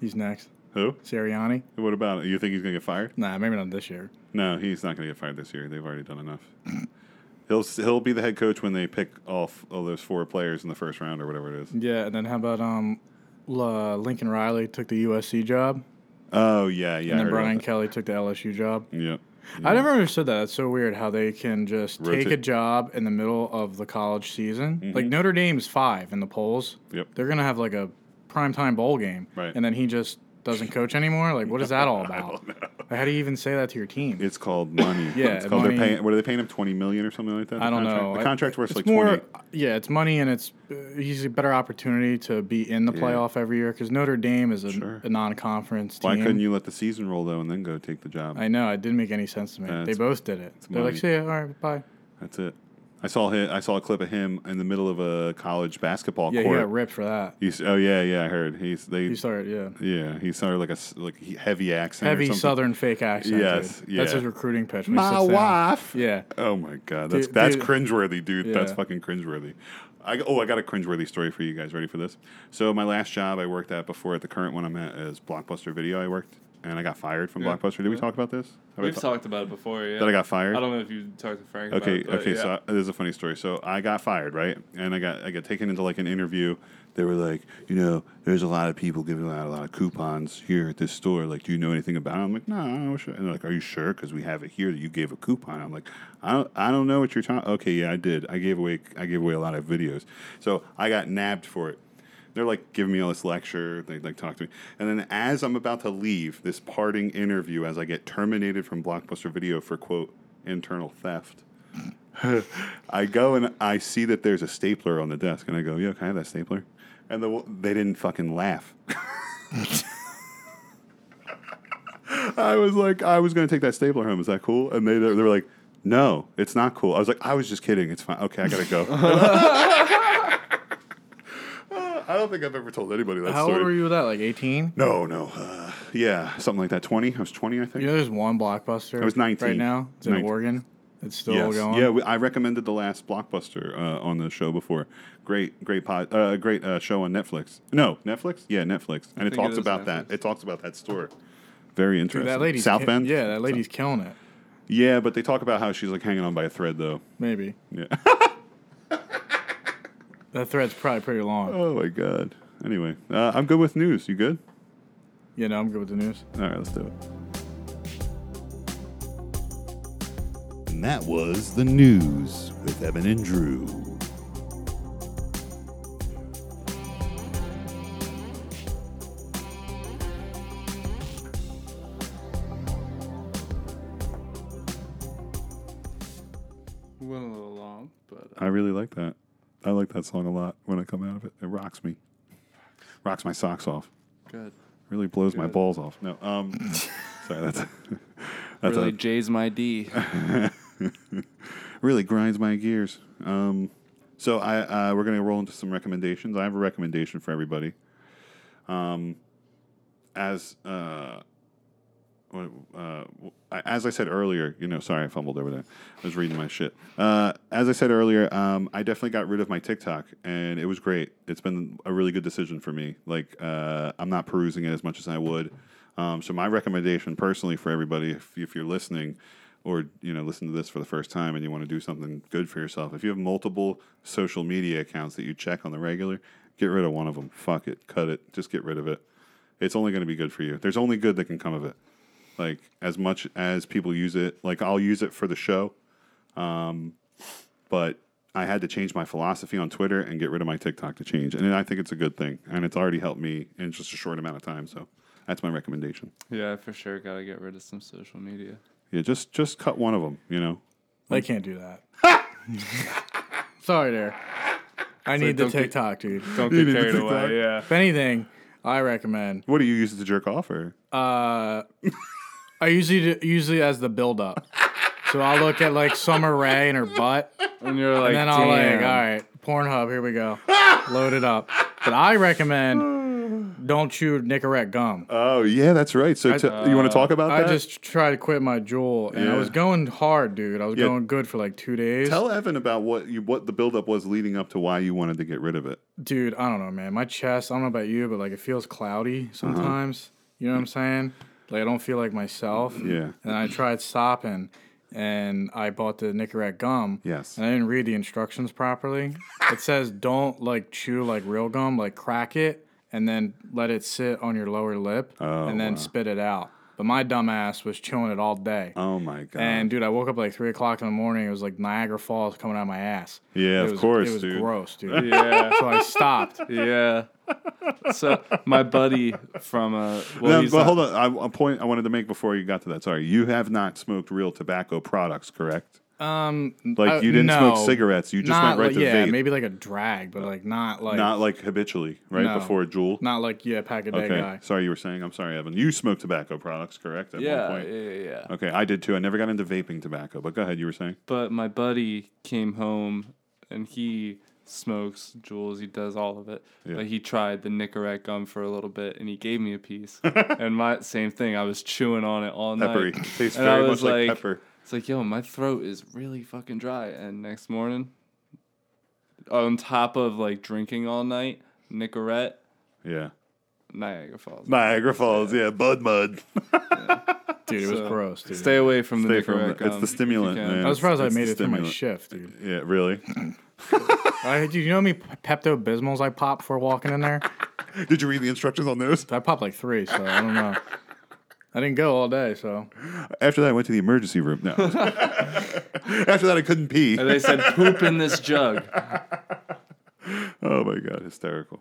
He's next. Who? Sirianni? What about it? You think he's gonna get fired? Nah, maybe not this year. No, he's not gonna get fired this year. They've already done enough. He'll he'll be the head coach when they pick off all those four players in the first round or whatever it is. Yeah, and then how about um, L- uh, Lincoln Riley took the USC job, Oh yeah, yeah. I and then heard about Brian that. Kelly took the LSU job. Yep. I never understood that. It's so weird how they can just take a Rotate. Mm-hmm. job in the middle of the college season. Like Notre Dame's five in the polls. Yep. They're gonna have like a primetime bowl game, Right. And then he just doesn't coach anymore. Like, what is that all about? Like, How do you even say that to your team? It's called money. Yeah, it's called money. they're paying. What are they paying him? Twenty million or something like that. I The don't contract- know. The I- contract's worth it's like more- twenty. Yeah, it's money and it's uh, usually a better opportunity to be in the playoff every year because Notre Dame is a, Sure. a non-conference team. Why couldn't you let the season roll though and then go take the job? I know it didn't make any sense to me. Uh, they it's- both did it. They're like, money. "See ya, all right, bye." That's it. I saw him. I saw a clip of him in the middle of a college basketball Yeah, court. he got ripped for that. He's- oh yeah, yeah. I heard he's they. He started, yeah. yeah, he sounded like a s- like he- heavy accent. or heavy something. southern fake accent. Yes, dude. That's yeah. his recruiting pitch. when he sits down. Yeah. Oh my god, that's Dude, that's dude. cringeworthy, dude. That's Yeah. fucking cringeworthy. I oh, I got a cringeworthy story for you guys. Ready for this? So my last job I worked at before at the current one I'm at is Blockbuster Video. I worked and I got fired from Blockbuster. Did we talk about this? Have I We've ta- talked about it before, yeah. That I got fired? I don't know if you talked to Frank. Okay, about it, but okay. yeah. So I, there's a funny story. So I got fired, right? And I got I got taken into like an interview. They were like, you know, there's a lot of people giving out a lot of coupons here at this store. Like, do you know anything about it? I'm like, no, I don't sure. And they're like, are you sure? Because we have it here that you gave a coupon. I'm like, I don't, I don't know what you're talking. Okay, yeah, I did. I gave away I gave away a lot of videos. So I got nabbed for it. They're like giving me all this lecture. They like talk to me, and then as I'm about to leave this parting interview, as I get terminated from Blockbuster Video for quote internal theft. I go and I see that there's a stapler on the desk, and I go, "Yeah, can I have that stapler?" And the, they didn't fucking laugh. I was like, I was gonna take that stapler home. Is that cool? And they they were like, No, it's not cool. I was like, I was just kidding. It's fine. Okay, I gotta go. I don't think I've ever told anybody that How story. old were you with that? Like 18? No, no. Uh, yeah, something like that. Twenty. I was twenty, I think. You know, there's one blockbuster. I was 19. Right now, it's in 19. Oregon. It's still yes. going. Yeah, we, I recommended the last blockbuster uh, on the show before. Great, great pod, uh, great uh, show on Netflix. No, Netflix. Yeah, Netflix, and it think it talks is about Netflix. that. It talks about that store. Very interesting. Dude, that lady's South ki- Bend. Yeah, that lady's killing it. Yeah, but they talk about how she's like hanging on by a thread, though. Maybe Yeah. that thread's probably pretty long. oh my god. Anyway, uh, I'm good with news. You good? Yeah, no, I'm good with the news. All right, let's do it. And that was the news with Evan and Drew. Went a little long, but uh, I really like that. I like that song a lot when I come out of it. It rocks me. Rocks my socks off. good. Really blows my balls off. No. Um sorry, that's that's Really really, J's my D. really grinds my gears. Um so I uh, we're gonna roll into some recommendations. I have a recommendation for everybody. Um as uh uh, I- as I said earlier, you know, sorry, I fumbled over there. I was reading my shit. Uh, as I said earlier, um, I definitely got rid of my TikTok, and it was great. It's been a really good decision for me. Like, uh, I'm not perusing it as much as I would. Um, so, my recommendation personally for everybody, if, if you're listening, or you know, listen to this for the first time, and you want to do something good for yourself. If you have multiple social media accounts that you check on the regular, get rid of one of them. Fuck it, cut it. Just get rid of it. It's only going to be good for you. There's only good that can come of it like as much as people use it like i'll use it for the show um, but i had to change my philosophy on twitter and get rid of my tiktok to change and i think it's a good thing and it's already helped me in just a short amount of time so that's my recommendation Yeah, I for sure gotta get rid of some social media. yeah just just cut one of them you know They can't do that. Sorry, there. I It's like, need the don't get- TikTok, dude. don't get You need the carried away, TikTok? yeah. If anything, I recommend. What do you use it to jerk off, or? Uh, I usually do, usually as the build up. So I'll look at like Summer Rae and her butt, and you're like, and then I'll like, "Damn." all right, Pornhub, here we go, load it up. But I recommend don't chew Nicorette gum. oh yeah that's right so t- you want to talk about I that just tried to quit my jewel, and I Yeah. was going hard, dude. I was Yeah. going good for like two days. tell evan about what you what the buildup was leading up to why you wanted to get rid of it dude, I don't know, man. My chest, I don't know about you, but like it feels cloudy Uh-huh. sometimes. You know what I'm saying? Like I don't feel like myself. Yeah. And I tried stopping and I bought the Nicorette gum. Yes. And I didn't read the instructions properly. it says don't like chew like real gum, like crack it and then let it sit on your lower lip Oh, and then wow. spit it out. But my dumbass was chewing it all day. oh my god And dude, I woke up like three o'clock in the morning. It was like Niagara Falls coming out of my ass. Yeah, it of was, course, It was dude. gross, dude. Yeah. so I stopped. Yeah. So my buddy from uh well, No, he's but not- hold on. I, a point I wanted to make before you got to that. Sorry, you have not smoked real tobacco products, correct? Um, Like, uh, you didn't smoke no. cigarettes, you just went Not right like- to yeah, vape. maybe like a drag, but like not like not like habitually, right? No. Before Juul. not like yeah, pack a day okay. guy. Sorry, you were saying. I'm sorry, Evan. You smoked tobacco products, correct? At yeah, one point. yeah, yeah, yeah. Okay, I did too. I never got into vaping tobacco, but go ahead. You were saying. But my buddy came home and he smokes Jules. He does all of it. Yeah. But he tried the Nicorette gum for a little bit and he gave me a piece. and my same thing. I was chewing on it all Peppery. night. Tastes And I very was much like pepper. It's like, yo, my throat is really fucking dry. And next morning, on top of like drinking all night, Nicorette, Yeah. Niagara Falls. Niagara Falls. Yeah, bud mud. Dude, it was So, gross. Dude. Stay away from the Stay Nicorette from the- it's gum um, the if you stimulant, can. man. I was surprised I It's made the it through my stimulant. shift, dude. Yeah, really. I, dude, you know me Pepto Bismols I popped before walking in there. did you read the instructions on those? I popped like three, so I don't know. I didn't go all day, so After that, I went to the emergency room. No. After that, I couldn't pee. And they said, poop in this jug. Oh my god, hysterical.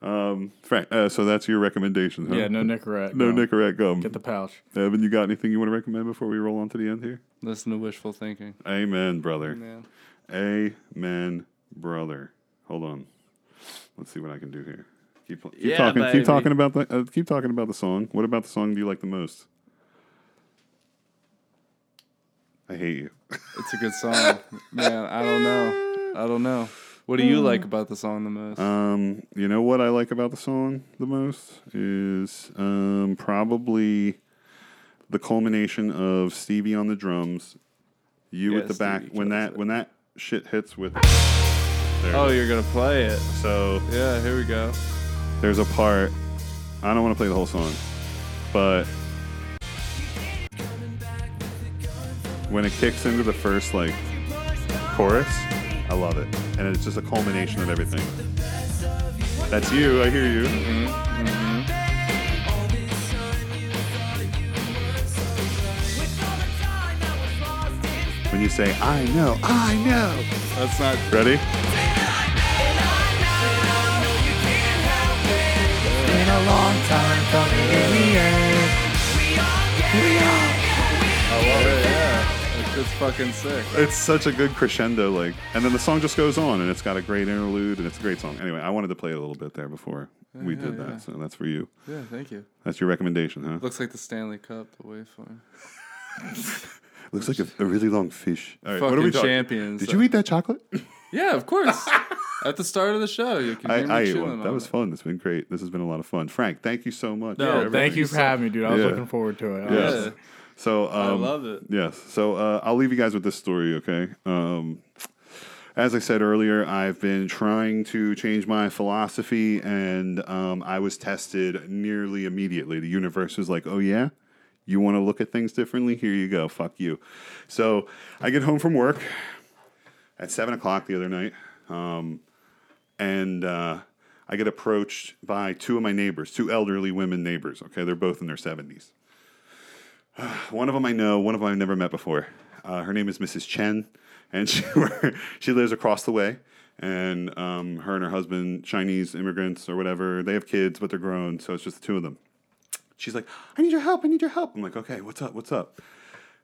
Um, Frank, uh, so that's your recommendation, huh? yeah, no Nicorette. No gum. Nicorette gum. Get the pouch. Evan, you got anything you want to recommend before we roll on to the end here? Listen to wishful thinking. Amen, brother. Yeah. Amen, brother. Hold on. Let's see what I can do here. Keep, keep Yeah, talking. baby. Keep talking about the. Uh, keep talking about the song. What about the song do you like the most? I hate you. It's a good song. Man, I don't know. I don't know. What do you like about the song the most? Hmm. Um, you know what I like about the song the most is um, probably the culmination of Stevie on the drums, you Yeah, at the back Stevie when kills that it. when that shit hits with. oh, you're going to play it. So Yeah, here we go. there's a part. I don't want to play the whole song, but when it kicks into the first like chorus, I love it, and it's just a culmination of everything. That's you. I hear you. When you say, I know, I know. That's not. Ready? I love it. Oh, Yeah. It's just fucking sick. It's such a good crescendo, like, and then the song just goes on, and it's got a great interlude, and it's a great song. Anyway, I wanted to play it a little bit there before we did that, so that's for you. Yeah, thank you. That's your recommendation, huh? Looks like the Stanley Cup, the waveform. Looks like a, a really long fish. All right, Fucking talking- champions. Did you eat that chocolate? Yeah, of course. At the start of the show, you can hear me I, I ate chewing one. on That was it. fun. It's been great. This has been a lot of fun. Frank, thank you so much. No, for thank everything. you for having me, dude. I was looking forward to it. I Yes. was- So um, I love it. Yes. So uh, I'll leave you guys with this story. Okay. Um, as I said earlier, I've been trying to change my philosophy, and um, I was tested nearly immediately. The universe was like, "Oh yeah." You want to look at things differently? Here you go. Fuck you. So I get home from work at seven o'clock the other night. Um, and uh, I get approached by two of my neighbors, two elderly women neighbors. Okay, they're both in their 70s. One of them I know, one of them I've never met before. Uh, her name is Mrs. Chen, and she, she lives across the way. And um, her and her husband, Chinese immigrants or whatever, they have kids, but they're grown, so it's just the two of them. She's like, I need your help, I need your help. I'm like, okay, what's up, what's up?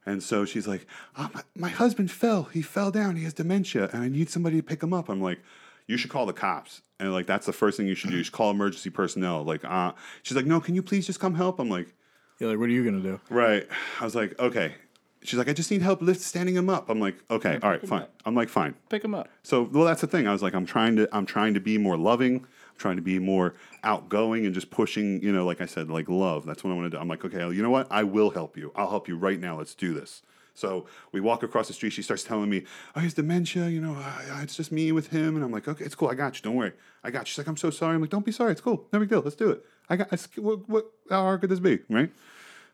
And so she's like, "Ah, my, my husband fell. He fell down. He has dementia, and I need somebody to pick him up. I'm like, you should call the cops. And like, that's the first thing you should do. You should call emergency personnel. Like, uh, she's like, no, can you please just come help? I'm like, You're like, what are you gonna do? Right. I was like, okay. She's like, I just need help lift standing him up. I'm like, okay, all right, fine. I'm like, fine. Pick him up. So well, that's the thing. I was like, I'm trying to, I'm trying to be more loving. I'm trying to be more outgoing and just pushing. You know, like I said, like love. That's what I want to do. I'm like, okay, you know what? I will help you. I'll help you right now. Let's do this. So we walk across the street. She starts telling me, "Oh, he has dementia. You know, uh, it's just me with him." And I'm like, "Okay, it's cool. I got you. Don't worry. I got you." She's like, "I'm so sorry." I'm like, "Don't be sorry. It's cool. No big deal. Let's do it. I got. I, what, what? How hard could this be? Right?"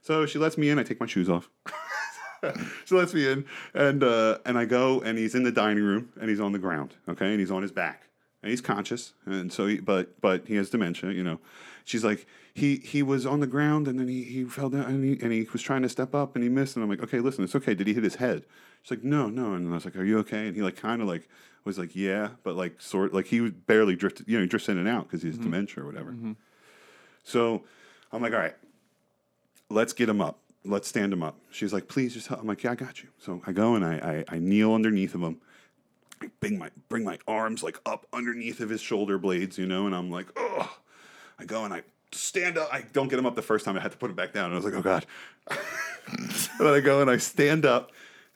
So she lets me in. I take my shoes off. she lets me in, and uh, and I go, and he's in the dining room, and he's on the ground, okay, and he's on his back, and he's conscious, and so he, but but he has dementia, you know. She's like, he he was on the ground, and then he, he fell down, and he and he was trying to step up, and he missed, and I'm like, okay, listen, it's okay. Did he hit his head? She's like, no, no, and I was like, are you okay? And he like kind of like was like, yeah, but like sort like he was barely drifted, you know, he drifts in and out because he has dementia or whatever. So I'm like, all right, let's get him up. Let's stand him up. She's like, please just help. I'm like, yeah, I got you. So I go and I, I, I kneel underneath of him. I bring my, bring my arms like up underneath of his shoulder blades, you know, and I'm like, oh, I go and I stand up. I don't get him up the first time. I had to put him back down. And I was like, oh God. and then I go and I stand up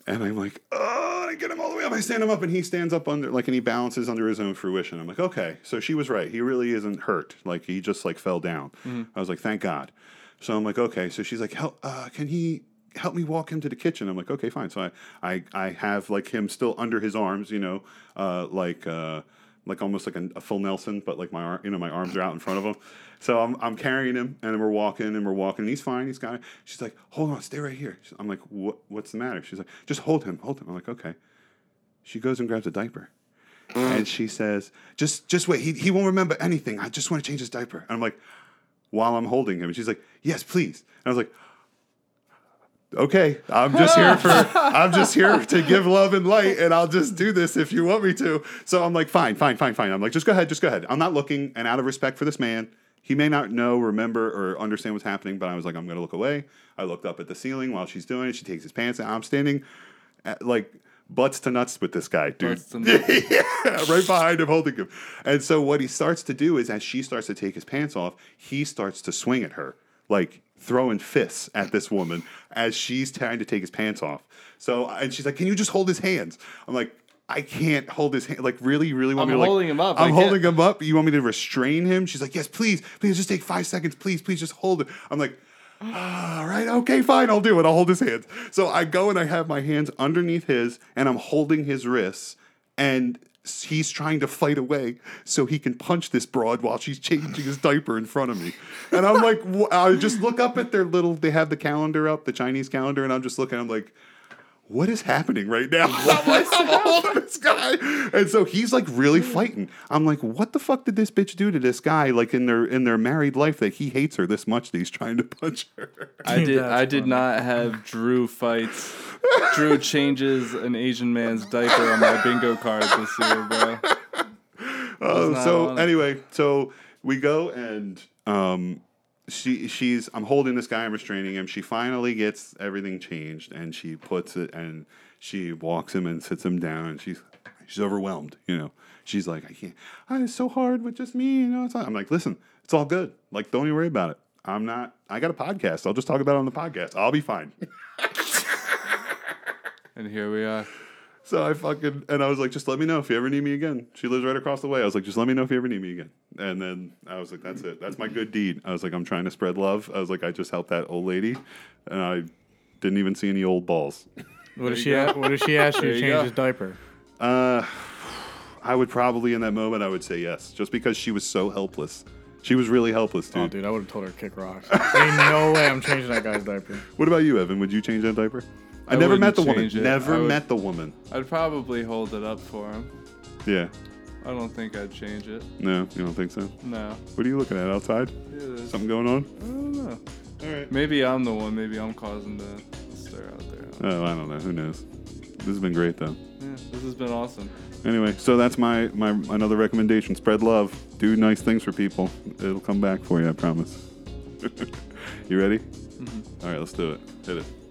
and I'm like, oh, and I get him all the way up. I stand him up and he stands up under, like, and he balances under his own fruition. I'm like, okay. So she was right. He really isn't hurt. Like, he just like fell down. I was like, thank God. So I'm like, okay. So she's like, help, uh, can he help me walk him to the kitchen? I'm like, okay, fine. So I, I, I have like him still under his arms, you know, uh, like, uh, like almost like a, a full Nelson, but like my arm, you know, my arms are out in front of him. So I'm, I'm carrying him, and we're walking, and we're walking, and he's fine. He's got it. She's like, hold on, stay right here. She's- I'm like, what, what's the matter? She's like, just hold him, hold him. I'm like, okay. She goes and grabs a diaper. Mm. And she says, "Just, just wait. He, he won't remember anything. I just want to change his diaper." And I'm like, while I'm holding him, she's like, "Yes, please." And I was like, okay i'm just here for i'm just here to give love and light and i'll just do this if you want me to so i'm like fine fine fine fine i'm like just go ahead just go ahead i'm not looking and out of respect for this man he may not know remember or understand what's happening but i was like i'm gonna look away i looked up at the ceiling while she's doing it she takes his pants out i'm standing at, like butts to nuts with this guy dude Butts to nuts. yeah, right behind him, holding him. And so what he starts to do is, as she starts to take his pants off, he starts to swing at her, like throwing fists at this woman as she's trying to take his pants off. So and she's like, "Can you just hold his hands?" I'm like. I can't hold his hand. Like, really, you really want I'm me to like- holding him up. I I'm can't- holding him up. You want me to restrain him? She's like, yes, please, please, just take five seconds, please, please, just hold it. I'm like, all right, okay, fine, I'll do it. I'll hold his hands. So I go and I have my hands underneath his, and I'm holding his wrists, and s- he's trying to fight away so he can punch this broad while she's changing his diaper in front of me. And I'm like, wh- I just look up at their little, they have the calendar up, the Chinese calendar, and I'm just looking, I'm like, what is happening right now? I'm like, I'm holding this guy. And so he's like really fighting. I'm like, what the fuck did this bitch do to this guy? Like in their in their married life that he hates her this much that he's trying to punch her. I did. I did not have Drew fights. Drew changes an Asian man's diaper on my bingo card this year, bro. Oh, not so on it. anyway, so we go and um, she she's I'm holding this guy, I'm restraining him. She finally gets everything changed, and she puts it and she walks him and sits him down, and she's she's overwhelmed. You know, she's like, I can't. I, it's so hard with just me. You know, it's not. I'm like, listen, it's all good. Like, don't even worry about it. I'm not. I got a podcast. I'll just talk about it on the podcast. I'll be fine. And here we are. So I fucking and I was like, just let me know if you ever need me again. She lives right across the way. I was like, just let me know if you ever need me again. And then I was like, that's it. That's my good deed. I was like, I'm trying to spread love. I was like, I just helped that old lady, and I didn't even see any old balls. What if she? a- What if she asked you There to you change go. his diaper? Uh, I would probably in that moment I would say yes, just because she was so helpless. She was really helpless, dude. Oh, dude, I would have told her to kick rocks. Ain't no way I'm changing that guy's diaper. What about you, Evan? Would you change that diaper? I, I never met the wouldn't woman. change it. Never I would- met the woman. I'd probably hold it up for him. Yeah. I don't think I'd change it. No, you don't think so? No. What are you looking at outside? there's- Something going on? I don't know. All right. Maybe I'm the one. Maybe I'm causing the stir out there. Oh, I don't know. Who knows? This has been great though. Yeah, this has been awesome. Anyway, so that's my my another recommendation. Spread love. Do nice things for people. It'll come back for you. I promise. you ready? right, let's do it. Hit it.